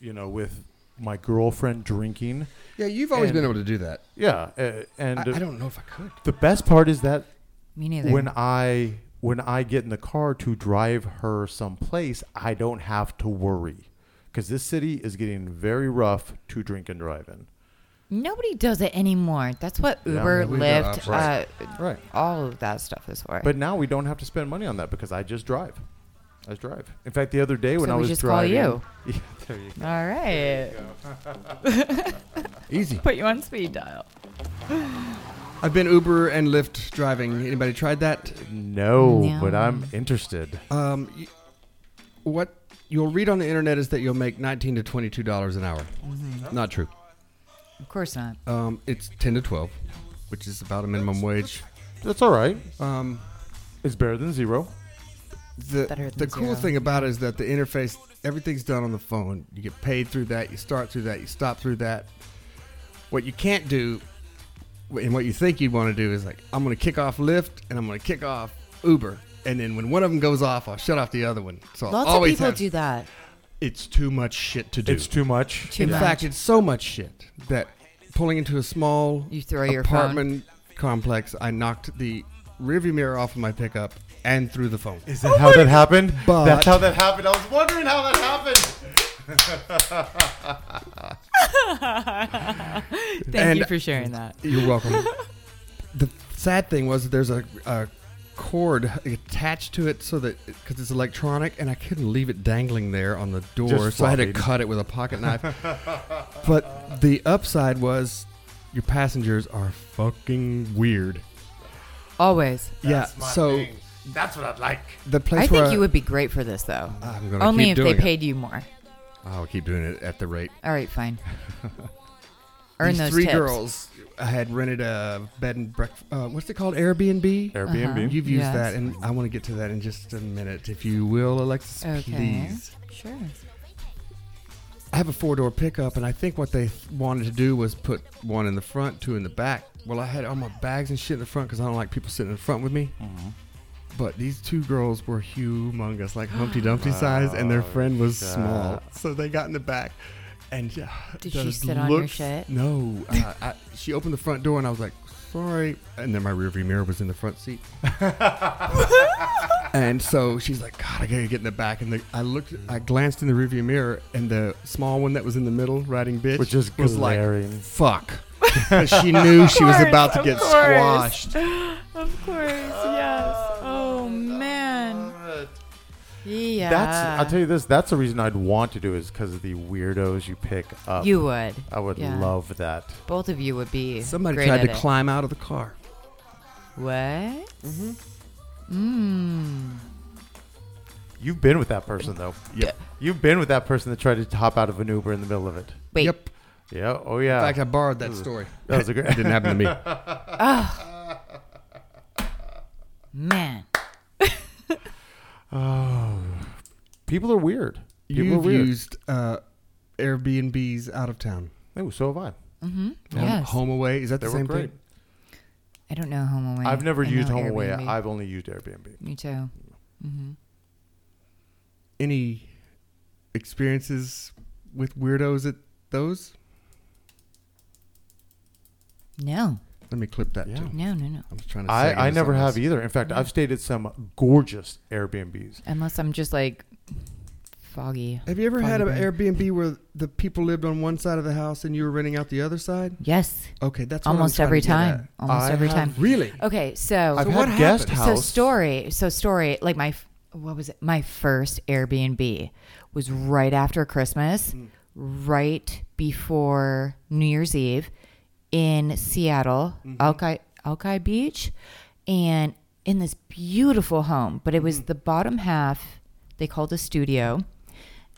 Speaker 2: you know with my girlfriend drinking
Speaker 3: yeah, you've always
Speaker 2: And-
Speaker 3: been able to do that.
Speaker 2: yeah uh, and
Speaker 3: I, I don't know if I could.
Speaker 2: the best part is that
Speaker 1: Me neither.
Speaker 2: when I when I get in the car to drive her someplace, I don't have to worry because this city is getting very rough to drink and drive in.
Speaker 1: Nobody does it anymore. That's what Uber,
Speaker 3: nobody does.
Speaker 1: Lyft,
Speaker 3: Right.
Speaker 1: uh,
Speaker 2: Right.
Speaker 1: all of that stuff is for.
Speaker 2: But now we don't have to spend money on that because I just drive. I just drive. In fact, the other day when
Speaker 1: So
Speaker 2: I
Speaker 1: we
Speaker 2: was
Speaker 1: just call
Speaker 2: driving,
Speaker 1: you.
Speaker 2: Yeah, there you go.
Speaker 1: all right,
Speaker 3: Easy.
Speaker 1: put you on speed dial.
Speaker 3: I've been Uber and Lyft driving. Anybody tried that?
Speaker 2: No,
Speaker 1: No.
Speaker 2: but I'm interested.
Speaker 3: Um, y- what you'll read on the internet is that you'll make nineteen to twenty-two dollars an hour. Not true.
Speaker 1: Of course not.
Speaker 3: Um, it's ten to twelve, which is about a minimum wage.
Speaker 2: That's all right.
Speaker 3: Um,
Speaker 2: It's better than zero.
Speaker 3: the
Speaker 1: Better
Speaker 3: the
Speaker 1: than
Speaker 3: cool
Speaker 1: zero.
Speaker 3: thing about it is that the interface, everything's done on the phone. You get paid through that. You start through that. You stop through that. What you can't do, wh- and what you think you'd want to do, is like I'm going to kick off Lyft and I'm going to kick off Uber, and then when one of them goes off, I'll shut off the other one. So I'll
Speaker 1: Lots of
Speaker 3: always
Speaker 1: people
Speaker 3: have-
Speaker 1: do that.
Speaker 3: It's too much shit to do.
Speaker 2: It's too much.
Speaker 1: Too
Speaker 3: in
Speaker 1: much.
Speaker 3: fact, it's so much shit that pulling into a small
Speaker 1: You throw your phone.
Speaker 3: apartment complex, I knocked the rearview mirror off of my pickup and through the phone.
Speaker 2: Is that how that happened?
Speaker 3: But-
Speaker 2: That's how that happened. I was wondering how that happened.
Speaker 1: Thank
Speaker 3: and-
Speaker 1: you for sharing that.
Speaker 3: You're welcome. the sad thing was that there's a, a cord attached to it so that because it's electronic and I couldn't leave it dangling there on the door,
Speaker 2: Just
Speaker 3: so I had to
Speaker 2: floppy.
Speaker 3: cut it with a pocket knife. but the upside was your passengers are fucking weird.
Speaker 1: Always.
Speaker 3: yeah, so
Speaker 2: that's what I'd like.
Speaker 3: the place
Speaker 1: I
Speaker 3: where
Speaker 1: think you would be great for this though.
Speaker 3: I'm gonna
Speaker 1: Only
Speaker 3: keep
Speaker 1: if they
Speaker 3: doing it.
Speaker 1: paid you more.
Speaker 3: I'll keep doing it at the rate.
Speaker 1: All right, fine. Earn
Speaker 3: these
Speaker 1: those
Speaker 3: three
Speaker 1: tips.
Speaker 3: girls had rented a bed and breakfast. Uh, what's it called? Airbnb.
Speaker 1: Uh-huh.
Speaker 2: Airbnb.
Speaker 3: You've used
Speaker 1: Yes.
Speaker 3: that, and I want to get to that in just a minute, if you will, Alexis.
Speaker 1: Okay.
Speaker 3: Please.
Speaker 1: Sure.
Speaker 3: I have a four door pickup, and I think what they th- wanted to do was put one in the front, two in the back. Well, I had all my bags and shit in the front because I don't like people sitting in front with me. But these two girls were humongous, like Humpty Dumpty size, and their friend was small. So they got in the back, and yeah,
Speaker 1: Did she
Speaker 3: those
Speaker 1: sit on your
Speaker 3: looks-
Speaker 1: shit?
Speaker 3: No, uh, I, she opened the front door, and I was like, "Sorry," and then my rearview mirror was in the front seat. And so she's like, God, I gotta get in the back. And the, I looked, I glanced in the rearview mirror, and the small one that was in the middle, riding bitch,
Speaker 2: Which is
Speaker 3: was
Speaker 2: glaring.
Speaker 3: like, fuck. 'Cause she knew she was about to
Speaker 1: Of
Speaker 3: get
Speaker 1: course.
Speaker 3: squashed.
Speaker 1: Of course, yes. Oh man. Yeah.
Speaker 2: That's. I'll tell you this. That's the reason I'd want to do is because of the weirdos you pick up.
Speaker 1: You would.
Speaker 2: I would
Speaker 1: Yeah.
Speaker 2: love that.
Speaker 1: Both of you would be.
Speaker 3: Somebody
Speaker 1: great
Speaker 3: tried
Speaker 1: at
Speaker 3: to
Speaker 1: it.
Speaker 3: climb out of the car.
Speaker 1: What?
Speaker 3: Mm-hmm.
Speaker 1: Mm.
Speaker 2: You've been with that person though.
Speaker 3: Yep.
Speaker 2: You've been with that person that tried to hop out of an Uber in the middle of it.
Speaker 1: Wait.
Speaker 3: Yep.
Speaker 2: Yeah. Oh
Speaker 3: In
Speaker 2: yeah.
Speaker 3: fact, I borrowed that story.
Speaker 2: that was a great.
Speaker 3: It didn't happen to me.
Speaker 1: Man.
Speaker 2: Oh. People are weird. People are
Speaker 3: You've
Speaker 2: weird.
Speaker 3: used uh, Airbnbs out of town.
Speaker 2: Oh, so have I.
Speaker 3: Home,
Speaker 1: Mm-hmm. Yes.
Speaker 3: home away. Is that
Speaker 2: They
Speaker 3: the
Speaker 2: were
Speaker 3: same
Speaker 2: great.
Speaker 3: thing?
Speaker 1: I don't know home away.
Speaker 2: I've never
Speaker 1: I
Speaker 2: used
Speaker 1: know
Speaker 2: Home Away.
Speaker 1: Airbnb.
Speaker 2: I've only used Airbnb.
Speaker 1: Me too.
Speaker 3: Any experiences with weirdos at those?
Speaker 1: No.
Speaker 3: Let me clip that
Speaker 2: Yeah.
Speaker 3: too.
Speaker 1: No. No. No.
Speaker 3: I was trying to. seg
Speaker 2: I, I
Speaker 3: into
Speaker 2: never
Speaker 3: something
Speaker 2: have e-,
Speaker 3: else.
Speaker 2: either. In fact, I've stayed at some gorgeous Airbnbs.
Speaker 1: Unless I'm just like foggy.
Speaker 3: Have you ever had an
Speaker 1: Foggy
Speaker 3: Airbnb where the people lived on one side of the house and you were renting out the other side?
Speaker 1: Yes.
Speaker 3: Okay, that's what I'm
Speaker 1: Almost
Speaker 3: trying
Speaker 1: every
Speaker 3: to get
Speaker 1: time. Almost
Speaker 2: I
Speaker 1: every
Speaker 2: have-
Speaker 1: time.
Speaker 3: at. Really?
Speaker 1: Okay. So.
Speaker 2: I've
Speaker 3: So
Speaker 2: had
Speaker 3: what
Speaker 2: guest
Speaker 3: happened?
Speaker 1: So
Speaker 2: house.
Speaker 1: story, so story, like my f- what was it? My first Airbnb was right after Christmas,
Speaker 3: Hmm.
Speaker 1: right before New Year's Eve in Seattle,
Speaker 3: Mm-hmm.
Speaker 1: Alki Alki Beach, and in this beautiful home, but it was
Speaker 3: Mm.
Speaker 1: the bottom half they called a studio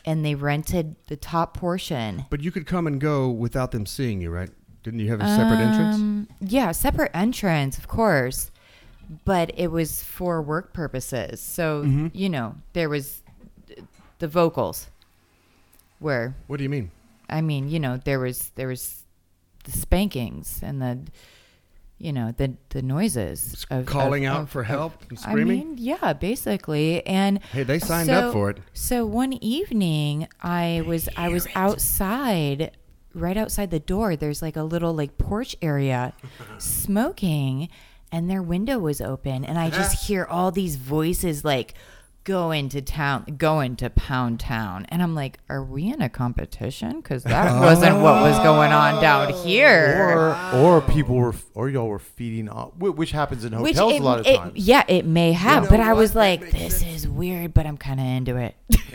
Speaker 1: and they rented the top portion.
Speaker 3: But you could come and go without them seeing you, right? Didn't you have a separate entrance?
Speaker 1: Um, yeah, separate entrance, of course. But it was for work purposes. So,
Speaker 3: Mm-hmm.
Speaker 1: you know, there was the vocals where
Speaker 3: What do you mean?
Speaker 1: I mean, you know, there was there was the spankings and the you know, the the noises of
Speaker 3: Calling
Speaker 1: of-
Speaker 3: out
Speaker 1: of-
Speaker 3: for help and
Speaker 1: I
Speaker 3: screaming?
Speaker 1: mean, yeah, basically. And
Speaker 3: Hey, they signed up
Speaker 1: so-
Speaker 3: for it.
Speaker 1: So one evening, I was I was outside, right outside the door. There's like a little like porch area, smoking, and their window was open, and I just hear all these voices like. Go into town, go into Pound Town, and I'm like, "Are we in a competition? Because that wasn't what was going on down here."
Speaker 2: Or, or people were, or y'all were feeding off, whi- which happens in hotels
Speaker 1: it-
Speaker 2: a lot of
Speaker 1: it-
Speaker 2: times.
Speaker 1: Yeah, it may have,
Speaker 3: know
Speaker 1: but I
Speaker 3: what?
Speaker 1: was
Speaker 3: That
Speaker 1: like,
Speaker 3: makes
Speaker 1: this is weird, but I'm kind of into it.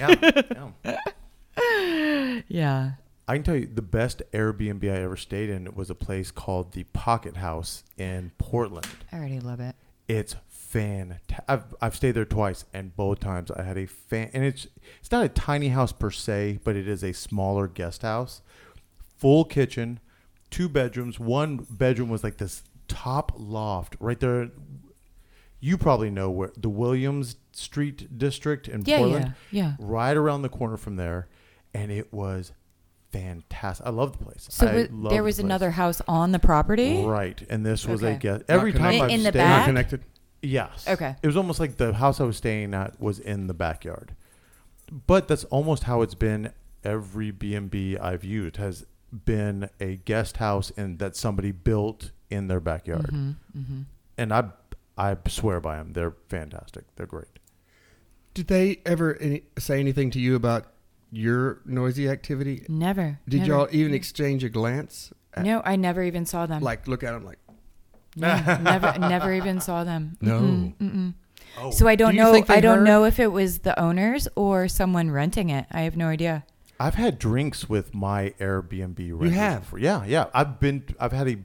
Speaker 2: Yeah, yeah.
Speaker 1: yeah.
Speaker 2: I can tell you the best Airbnb I ever stayed in was a place called the Pocket House in Portland.
Speaker 1: I already love it.
Speaker 2: It's fantastic. I've, I've stayed there twice, and both times I had a fan. And it's it's not a tiny house per se, but it is a smaller guest house, full kitchen, two bedrooms. One bedroom was like this top loft right there. You probably know where the Williams Street district in
Speaker 1: Yeah,
Speaker 2: Portland.
Speaker 1: yeah, yeah.
Speaker 2: Right around the corner from there, and it was fantastic. I love the place.
Speaker 1: So
Speaker 2: I
Speaker 1: was-
Speaker 2: loved
Speaker 1: there
Speaker 2: the
Speaker 1: was
Speaker 2: place.
Speaker 1: another house on the property.
Speaker 2: Right, and this was a
Speaker 1: Okay.
Speaker 2: guest. Every time
Speaker 1: connected.
Speaker 2: I've
Speaker 1: In- in the
Speaker 2: stayed,
Speaker 1: back?
Speaker 3: Not connected.
Speaker 2: Yes.
Speaker 1: Okay.
Speaker 2: It was almost like the house I was staying at was in the backyard. But that's almost how it's been every B and B I've used has been a guest house and that somebody built in their backyard.
Speaker 1: Mm-hmm.
Speaker 2: And I I swear by them. They're fantastic. They're great.
Speaker 3: Did they ever any, say anything to you about your noisy activity?
Speaker 1: Never.
Speaker 3: Did
Speaker 1: never.
Speaker 3: y'all even exchange a glance? At,
Speaker 1: No, I never even saw them.
Speaker 3: Like, look at them like,
Speaker 1: No, never, never even saw them.
Speaker 3: No.
Speaker 1: Mm-mm, mm-mm.
Speaker 2: Oh.
Speaker 1: So I don't
Speaker 3: Do you
Speaker 1: know.
Speaker 3: think they
Speaker 1: I don't
Speaker 3: heard?
Speaker 1: know if it was the owners or someone renting it. I have no idea.
Speaker 2: I've had drinks with my Airbnb. You
Speaker 3: have?
Speaker 2: yeah, yeah. I've been. I've had a.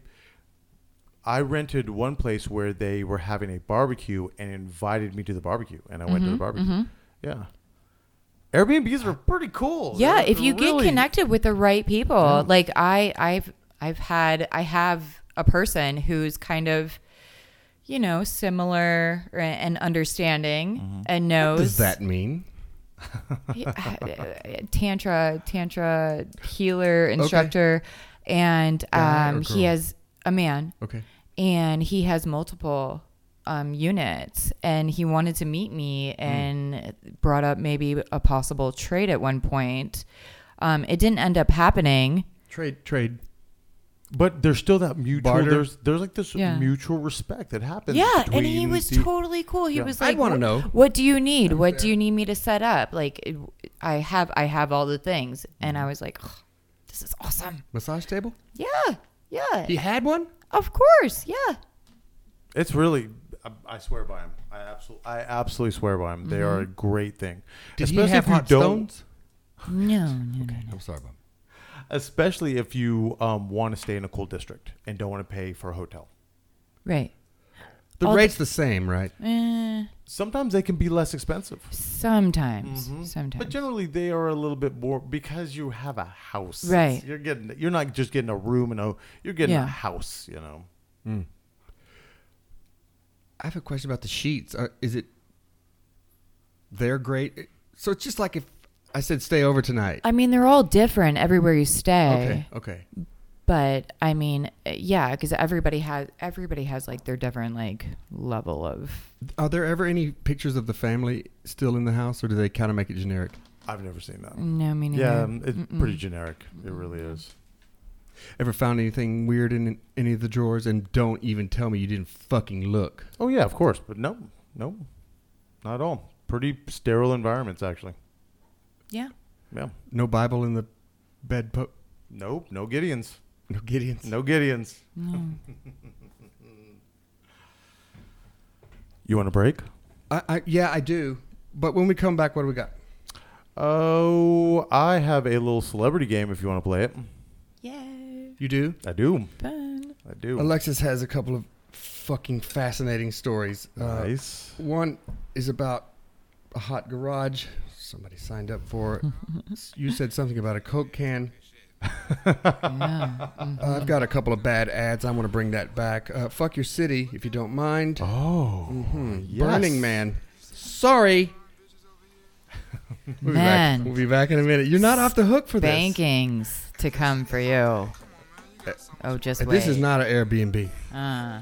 Speaker 2: I rented one place where they were having a barbecue and invited me to the barbecue, and I went
Speaker 1: Mm-hmm,
Speaker 2: to the barbecue. Yeah, Airbnbs are pretty cool.
Speaker 1: yeah,
Speaker 2: They're
Speaker 1: if you get
Speaker 2: really-
Speaker 1: connected with the right people, like I, I've, I've had I have a person who's kind of you know similar or- and understanding and knows
Speaker 3: Mm-hmm. What does that mean?
Speaker 1: Yeah, tantra tantra healer instructor and
Speaker 3: Guy or
Speaker 1: um, he
Speaker 3: girl?
Speaker 1: has a man
Speaker 3: Okay.
Speaker 1: and he has multiple um, units and he wanted to meet me
Speaker 3: Mm.
Speaker 1: and brought up maybe a possible trade at one point um, it didn't end up happening
Speaker 3: Trade, trade.
Speaker 2: But there's still that mutual.
Speaker 3: Barter.
Speaker 2: There's there's like this
Speaker 1: Yeah.
Speaker 2: mutual respect that happens.
Speaker 1: yeah and he
Speaker 2: between
Speaker 1: was
Speaker 2: the-
Speaker 1: totally cool he
Speaker 2: Yeah.
Speaker 1: was like
Speaker 3: I'd wanna
Speaker 1: "Wh-
Speaker 3: know."
Speaker 1: what do you need what do you need me to set up like it- i have i have all the things
Speaker 3: Mm-hmm.
Speaker 1: and i was like "Ugh, this is awesome
Speaker 3: Massage table?
Speaker 1: yeah yeah
Speaker 3: He had one?
Speaker 1: of course yeah
Speaker 2: It's really. I, I swear by him. I absolutely. I absolutely swear by him. They are a
Speaker 1: Mm-hmm.
Speaker 2: great thing.
Speaker 3: Did
Speaker 2: Especially
Speaker 3: he have
Speaker 2: if you
Speaker 3: hot
Speaker 2: don't-
Speaker 3: stones?
Speaker 1: no no no
Speaker 3: I'm sorry, Bob.
Speaker 2: Especially if you um, want to stay in a cool district and don't want to pay for a hotel.
Speaker 1: right
Speaker 3: The
Speaker 1: All the-
Speaker 3: rate's the same, right?
Speaker 1: Eh,
Speaker 2: Sometimes they can be less expensive.
Speaker 1: sometimes
Speaker 3: Mm-hmm.
Speaker 1: sometimes
Speaker 2: But generally, they are a little bit more because you have a house.
Speaker 1: Right.
Speaker 2: You're getting. You're not just getting a room and a. You're getting
Speaker 1: Yeah.
Speaker 2: a house. You know.
Speaker 3: I have a question about the sheets. Are, is it they're great? So it's just like if I said stay over tonight.
Speaker 1: I mean, they're all different everywhere you stay.
Speaker 3: okay, okay.
Speaker 1: But I mean, uh, yeah, because everybody has everybody has like their different like level of.
Speaker 3: Are there ever any pictures of the family still in the house, or do they kind of make it generic?
Speaker 2: I've never seen
Speaker 3: Mm,
Speaker 2: that.
Speaker 1: No, I mean,
Speaker 2: Yeah, um, it's pretty generic. It really is.
Speaker 3: Ever found anything weird in any of the drawers? And don't even tell me you didn't fucking look.
Speaker 2: Oh yeah, of course, but no, no, not at all. Pretty sterile environments, actually.
Speaker 1: yeah.
Speaker 2: Yeah.
Speaker 3: No Bible in the bed. Po-
Speaker 2: Nope. No Gideons.
Speaker 3: no Gideon's.
Speaker 2: No Gideons. you want a break?
Speaker 3: I, I, yeah, I do. But when we come back, what do we got?
Speaker 2: Oh, I have a little celebrity game. If you want to play it,
Speaker 1: Yay!
Speaker 3: You do.
Speaker 2: I do.
Speaker 1: Fun.
Speaker 2: I do.
Speaker 3: Alexis has a couple of fucking fascinating stories. Uh,
Speaker 2: nice.
Speaker 3: One is about a hot garage somebody signed up for. you said something about a Coke can.
Speaker 1: Yeah.
Speaker 3: Uh, I've got a couple of bad ads. I want to bring that back. Uh, fuck your city, if you don't mind.
Speaker 2: Oh, yes.
Speaker 3: Burning Man. Sorry. we'll, be back.
Speaker 1: Man.
Speaker 3: we'll be back in a minute. You're not off the hook for this.
Speaker 1: Bankings to come for you. Oh, just wait.
Speaker 3: Uh, This is not an Airbnb.
Speaker 1: Uh,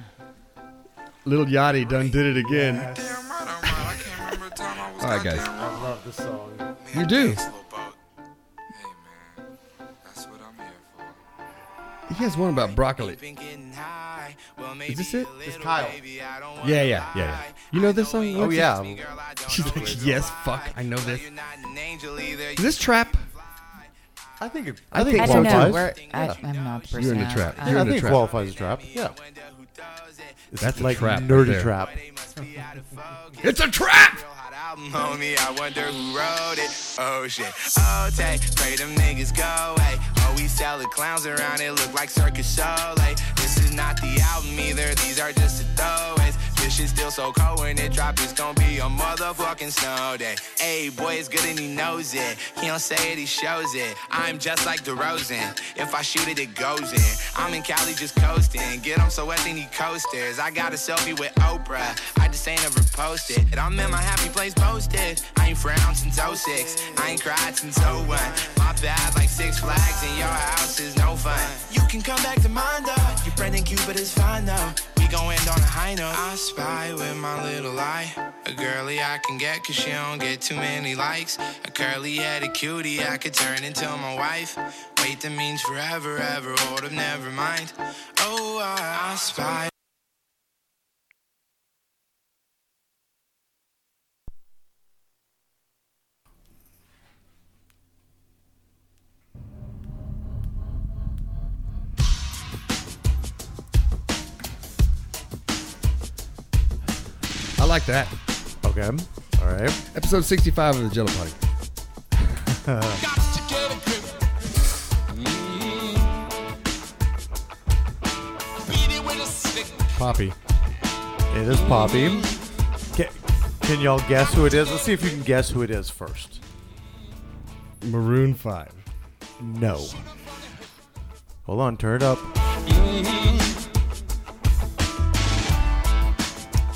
Speaker 3: Little Yachty done did it again.
Speaker 5: Damn right I'm right. I can't remember the time I was
Speaker 3: All right, guys.
Speaker 5: goddamn
Speaker 2: I love this song.
Speaker 3: You do.
Speaker 5: Hey man, that's what I'm here for.
Speaker 3: He has one about broccoli.
Speaker 5: Is
Speaker 3: Is this it?
Speaker 2: It's Kyle.
Speaker 3: Yeah, yeah, yeah, yeah. You know this song?
Speaker 2: Oh
Speaker 3: Alexis?
Speaker 2: yeah.
Speaker 3: She's like, yes, fuck, I know this. Is
Speaker 5: This
Speaker 3: this trap?
Speaker 2: I think it.
Speaker 3: I
Speaker 2: I think
Speaker 3: think-
Speaker 1: I
Speaker 2: it
Speaker 1: don't know.
Speaker 2: qualifies.
Speaker 1: We're, I, I'm not Uh, the person.
Speaker 3: You're in the
Speaker 1: to
Speaker 3: trap.
Speaker 1: ask.
Speaker 2: Yeah,
Speaker 3: You're
Speaker 2: I
Speaker 3: in a
Speaker 2: think it
Speaker 3: trap.
Speaker 2: qualifies as a trap. Yeah. It's
Speaker 3: That's a
Speaker 2: like
Speaker 3: trap right
Speaker 2: nerdy
Speaker 3: there.
Speaker 2: trap.
Speaker 3: It's a trap!
Speaker 5: hot album, homie. I wonder who wrote it. Oh shit. Oh, take, pray them niggas go away. Oh, we sell the clowns around it, look like Circus Soleil. This is not the album either, these are just the throwaways. This shit's still so cold when it drop, it's gonna be a motherfucking snow day. Hey, boy, it's good and he knows it. He don't say it, he shows it. I'm just like DeRozan. If I shoot it, it goes in. I'm in Cali just coasting. Get him so wet, then he coasters. I got a selfie with Oprah. I just ain't ever posted. And I'm in my happy place posted. I ain't frowned since 06. I ain't cried since 01. My bad, like six flags, and your house is no fun. You can come back to mine, though. Your friend and Cupid is fine, though. We gon' end on a high note. I spy with my little eye. A girly I can get, cause she don't get too many likes. A curly headed cutie I could turn into my wife. Wait, that means forever, ever. Hold up, never mind. Oh, I, I spy.
Speaker 3: I like that.
Speaker 2: Okay. All right.
Speaker 3: Episode 65 of the Jello Party. Poppy.
Speaker 2: It is Poppy. Can, can y'all guess who it is? Let's see if you can guess who it is first.
Speaker 3: Maroon 5.
Speaker 2: No. Hold on, turn it up.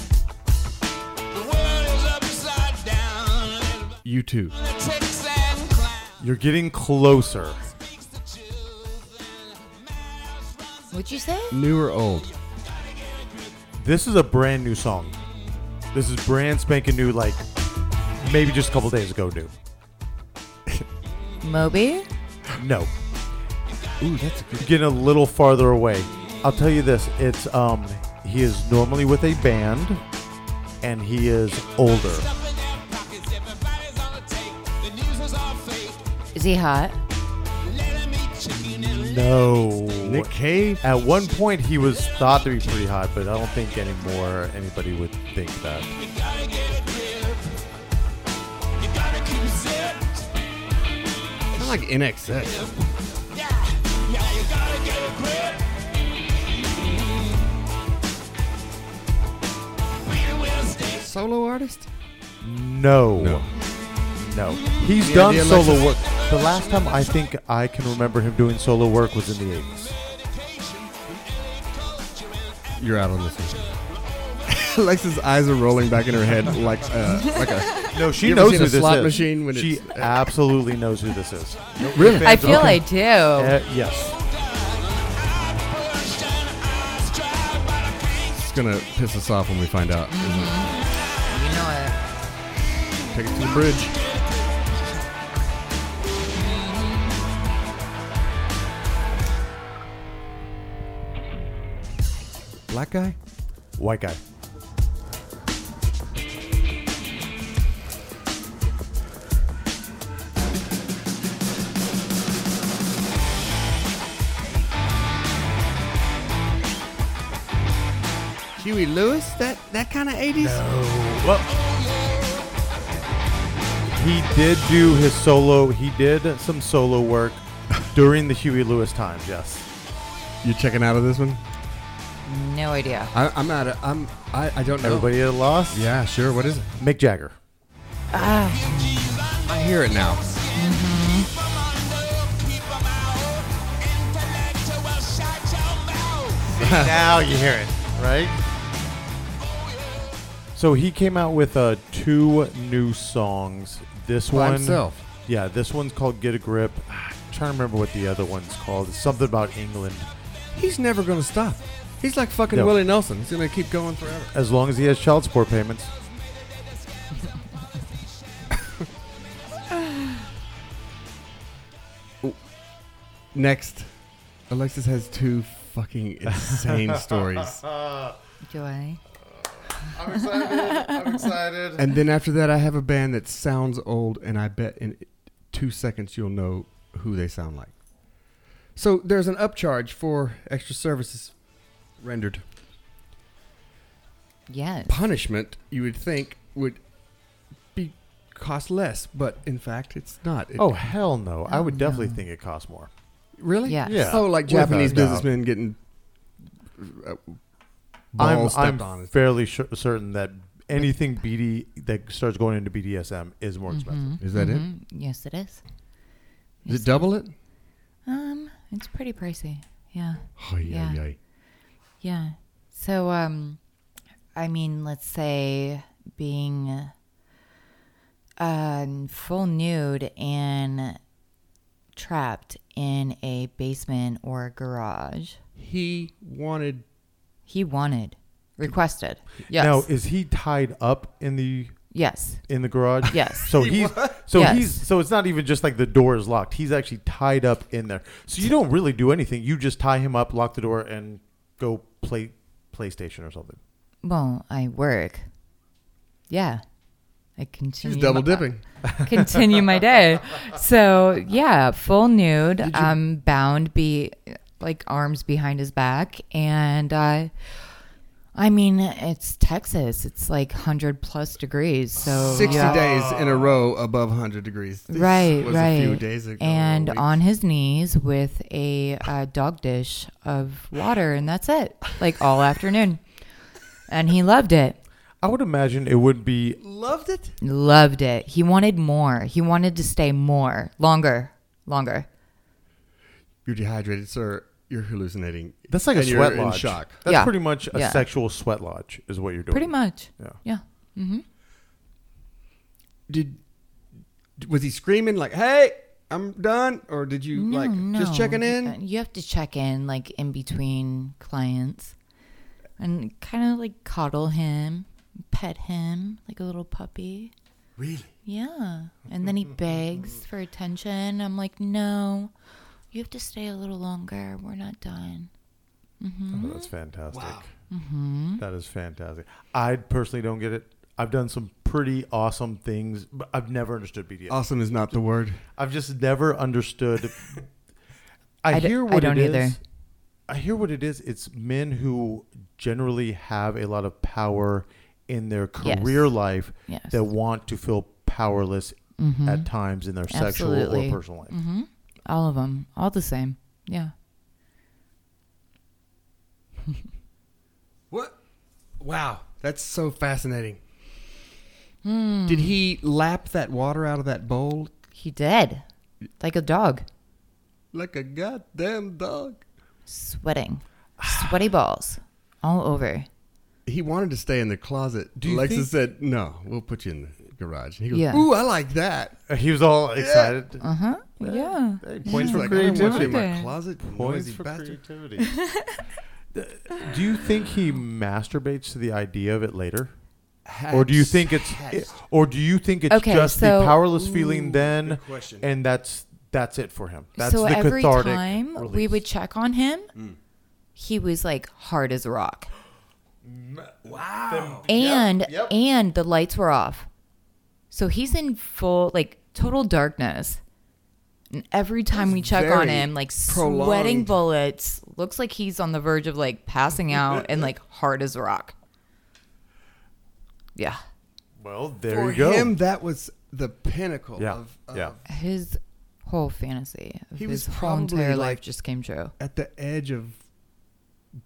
Speaker 4: The world is upside down.
Speaker 3: You too.
Speaker 4: It takes and climbs.
Speaker 2: You're getting closer.
Speaker 4: Speaks the truth and matters runs
Speaker 1: What'd you say?
Speaker 3: New or old?
Speaker 2: This is a brand new song. This is brand spanking new, like maybe just a couple days ago new.
Speaker 1: Moby?
Speaker 2: No,
Speaker 3: Ooh, that's a good.
Speaker 2: getting a little farther away. I'll tell you this: it's um, he is normally with a band, and he is older.
Speaker 4: up in their pockets. Everybody's on the take. The news is all fake.
Speaker 1: Is he hot?
Speaker 4: Let 'em eat chicken and
Speaker 2: No,
Speaker 3: Nick Cave.
Speaker 2: At one point, he was thought to be pretty hot, but I don't think anymore anybody would think that.
Speaker 4: You gotta get a grip. You gotta keep zipped.
Speaker 3: Kind of like NXS.
Speaker 4: Yeah, yeah, you gotta get a grip. We will stay.
Speaker 3: Solo artist?
Speaker 2: No,
Speaker 3: No.
Speaker 2: No. He's
Speaker 3: Yeah,
Speaker 2: done
Speaker 3: the
Speaker 2: solo
Speaker 3: Alexis-
Speaker 2: work. The last time I think I can remember him doing solo work was in the eighties.
Speaker 3: You're out on this one. Alexa's eyes are rolling back in her head like uh, like a.
Speaker 2: No, she
Speaker 3: You ever
Speaker 2: knows
Speaker 3: seen
Speaker 2: who
Speaker 3: a
Speaker 2: this
Speaker 3: slot
Speaker 2: is.
Speaker 3: machine when
Speaker 2: she
Speaker 3: it's- uh,
Speaker 2: absolutely knows who this is.
Speaker 3: Really?
Speaker 1: I feel I do.
Speaker 2: Uh, yes.
Speaker 3: It's gonna piss us off when we find out. isn't
Speaker 1: You know it.
Speaker 3: it? Take it to the bridge. Black guy?
Speaker 2: White guy.
Speaker 3: Huey Lewis? That that kind of 80s?
Speaker 2: Well, he did do his solo. He did some solo work during the Huey Lewis times. Yes.
Speaker 3: You checking out of this one?
Speaker 1: No idea.
Speaker 3: I, I'm out of. I'm. I, I don't know.
Speaker 2: Everybody at a loss.
Speaker 3: Oh. Yeah, sure. What is it?
Speaker 2: Mick Jagger.
Speaker 3: I hear it now.
Speaker 4: Intellectual, shut your mouth.
Speaker 2: now you hear it, right? So he came out with uh, two new songs. This
Speaker 3: By
Speaker 2: one,
Speaker 3: himself.
Speaker 2: yeah, this one's called "Get a Grip." I'm trying to remember what the other one's called. It's something about England.
Speaker 3: He's never gonna stop. He's like fucking
Speaker 2: No.
Speaker 3: Willie Nelson. He's gonna keep going forever.
Speaker 2: As long as he has child support payments.
Speaker 3: Next, Alexis has two fucking insane stories,
Speaker 1: Do I?
Speaker 2: I'm excited. I'm excited.
Speaker 3: and then after that, I have a band that sounds old, and I bet in two seconds you'll know who they sound like. So there's an upcharge for extra services rendered.
Speaker 1: Yes.
Speaker 3: Punishment, you would think, would be cost less, but in fact, it's not. It-
Speaker 2: oh hell no! I would
Speaker 1: Oh,
Speaker 2: definitely
Speaker 1: no.
Speaker 2: think it costs more.
Speaker 3: Really?
Speaker 1: Yeah.
Speaker 2: Yeah.
Speaker 3: Oh, like
Speaker 2: Without
Speaker 3: Japanese
Speaker 2: a doubt.
Speaker 3: businessmen getting uh,
Speaker 2: I'm,
Speaker 3: balls
Speaker 2: I'm
Speaker 3: stepped on.
Speaker 2: fairly sure, certain that anything BD that starts going into BDSM is more
Speaker 1: Mm-hmm.
Speaker 2: expensive.
Speaker 3: Is that it?
Speaker 1: Mhm. Yes, it is.
Speaker 2: Mm-hmm.
Speaker 3: Is it double it?
Speaker 1: Um, it's pretty pricey. Yeah.
Speaker 3: Oh
Speaker 1: Yeah. Yeah. So, um, I mean, let's say being uh, full nude and trapped in a basement or a garage,
Speaker 3: He wanted.
Speaker 1: he wanted, requested. Yes.
Speaker 2: Now is he tied up in the
Speaker 1: yes.
Speaker 2: in the garage?
Speaker 1: Yes.
Speaker 2: So he's so
Speaker 1: Yes.
Speaker 2: he's so it's not even just like the door is locked. He's actually tied up in there. So you don't really do anything. You just tie him up, lock the door, and go play PlayStation or something.
Speaker 1: Well, I work. Yeah. I continue.
Speaker 3: He's double
Speaker 1: my-
Speaker 3: dipping.
Speaker 1: Continue my day. So yeah, full nude.
Speaker 3: Did you-
Speaker 1: um, bound be like arms behind his back, and uh, I mean it's Texas. It's like hundred plus degrees. So
Speaker 3: Sixty
Speaker 1: yeah.
Speaker 3: days in a row above hundred degrees. This
Speaker 1: Right,
Speaker 3: was
Speaker 1: right.
Speaker 3: A few days ago.
Speaker 1: and
Speaker 3: Wait.
Speaker 1: on his knees with a uh, dog dish of water, and that's it. Like all afternoon, and he loved it.
Speaker 2: I would imagine it would be
Speaker 3: loved it.
Speaker 1: Loved it. He wanted more. He wanted to stay more, longer, longer.
Speaker 3: You're dehydrated, sir. you're hallucinating.
Speaker 2: That's like a
Speaker 3: and you're
Speaker 2: sweat
Speaker 3: in
Speaker 2: lodge.
Speaker 3: shock.
Speaker 2: That's
Speaker 1: Yeah.
Speaker 2: pretty much a
Speaker 1: Yeah.
Speaker 2: sexual sweat lodge, is what you're doing.
Speaker 1: Pretty much.
Speaker 2: Yeah.
Speaker 1: Yeah.
Speaker 3: Did was he screaming like, "Hey, I'm done," or did you
Speaker 1: No,
Speaker 3: like
Speaker 1: no. Uh,
Speaker 3: just checking in?
Speaker 1: You have to check in like in between clients and kind of like cuddle him, pet him like a little puppy.
Speaker 3: Really?
Speaker 1: Yeah. And then he begs for attention. I'm like, no, you have to stay a little longer. We're not done.
Speaker 2: Oh, that's fantastic.
Speaker 1: Mm-hmm.
Speaker 2: That is fantastic. I personally don't get it. I've done some pretty awesome things, but I've never understood BDS.
Speaker 3: Awesome is not the word.
Speaker 2: I've just never understood. I,
Speaker 1: I d-
Speaker 2: hear
Speaker 1: I
Speaker 2: what
Speaker 1: don't
Speaker 2: it is.
Speaker 1: either.
Speaker 2: I hear what it is. It's men who generally have a lot of power in their
Speaker 1: Yes.
Speaker 2: career life
Speaker 1: Yes. Mm-hmm.
Speaker 2: that want to feel powerless at times in their
Speaker 1: Absolutely. Mm-hmm.
Speaker 2: sexual or personal life.
Speaker 1: All of them, all the same. Yeah.
Speaker 3: What? Wow, that's so fascinating.
Speaker 1: Hmm.
Speaker 3: Did he lap that water out of that bowl
Speaker 1: He did. Like a dog,
Speaker 3: like a goddamn dog?
Speaker 1: sweating, sweaty balls all over.
Speaker 3: He wanted to stay in the closet.
Speaker 2: Do you
Speaker 3: Alexa
Speaker 2: think-
Speaker 3: said, "No, we'll put you in the garage." And he goes,
Speaker 1: Yeah.
Speaker 3: "Ooh, I like that."
Speaker 2: Uh, He was all excited.
Speaker 1: Uh huh. Yeah.
Speaker 2: Hey,
Speaker 3: He's
Speaker 2: points for
Speaker 3: like, "I don't want you in
Speaker 2: creativity.
Speaker 3: my
Speaker 1: Okay.
Speaker 3: closet. you
Speaker 2: Points
Speaker 3: noisy
Speaker 2: for
Speaker 3: bastard."
Speaker 2: creativity. do you think he masturbates to the idea of it later? or do you think it's
Speaker 3: Has-
Speaker 2: or do you think it's
Speaker 1: Okay,
Speaker 2: just the
Speaker 1: so-
Speaker 2: powerless feeling then
Speaker 3: good question.
Speaker 2: and that's that's it for him that's
Speaker 1: so
Speaker 2: the
Speaker 1: every
Speaker 2: cathartic
Speaker 1: time we
Speaker 2: release.
Speaker 1: would check on him,
Speaker 3: Mm.
Speaker 1: he was like hard as a rock. Wow. And and the lights were off. So he's in full like total darkness. And every time we check on
Speaker 3: very
Speaker 1: him, like sweating
Speaker 3: prolonged.
Speaker 1: bullets, looks like he's on the verge of like passing out and like hard as a rock. Yeah.
Speaker 2: well there
Speaker 3: for
Speaker 2: you go
Speaker 3: him that was the pinnacle
Speaker 2: yeah
Speaker 3: of, of
Speaker 2: yeah
Speaker 1: His whole fantasy of
Speaker 3: He
Speaker 1: his
Speaker 3: was
Speaker 1: whole entire
Speaker 3: probably,
Speaker 1: life
Speaker 3: like-
Speaker 1: just came true.
Speaker 3: at the edge of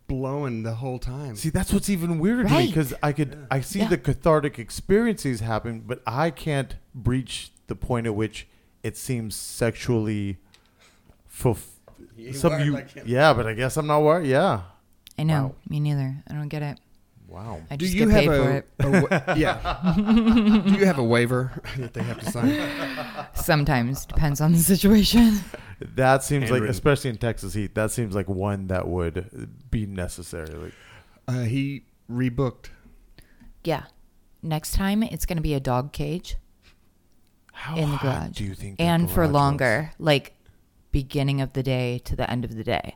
Speaker 3: blowing the whole time.
Speaker 2: see that's what's even weirder to me
Speaker 1: Right.
Speaker 2: because i could i see
Speaker 1: Yeah.
Speaker 2: the cathartic experiences happen but i can't breach the point at which it seems sexually fulf-
Speaker 3: You ain't
Speaker 2: some
Speaker 3: wired
Speaker 2: you
Speaker 3: like him.
Speaker 2: yeah but i guess i'm not worried yeah
Speaker 1: I know.
Speaker 2: Wow.
Speaker 1: Me neither. I don't get it.
Speaker 2: wow
Speaker 1: I
Speaker 3: do
Speaker 1: just
Speaker 3: you
Speaker 1: get
Speaker 3: have
Speaker 1: paid for
Speaker 3: a,
Speaker 1: it.
Speaker 3: a wa- yeah? do you have a waiver that they have to sign?
Speaker 1: Sometimes depends on the situation.
Speaker 2: that seems like
Speaker 3: Handwritten.
Speaker 2: especially in texas heat that seems like one that would be necessary like
Speaker 3: Uh, he rebooked.
Speaker 1: Yeah. Next time it's gonna be a dog cage
Speaker 2: How
Speaker 1: in the
Speaker 2: hot
Speaker 1: garage.
Speaker 2: do you think the
Speaker 1: and for
Speaker 2: garage was?
Speaker 1: longer, like beginning of the day to the end of the day.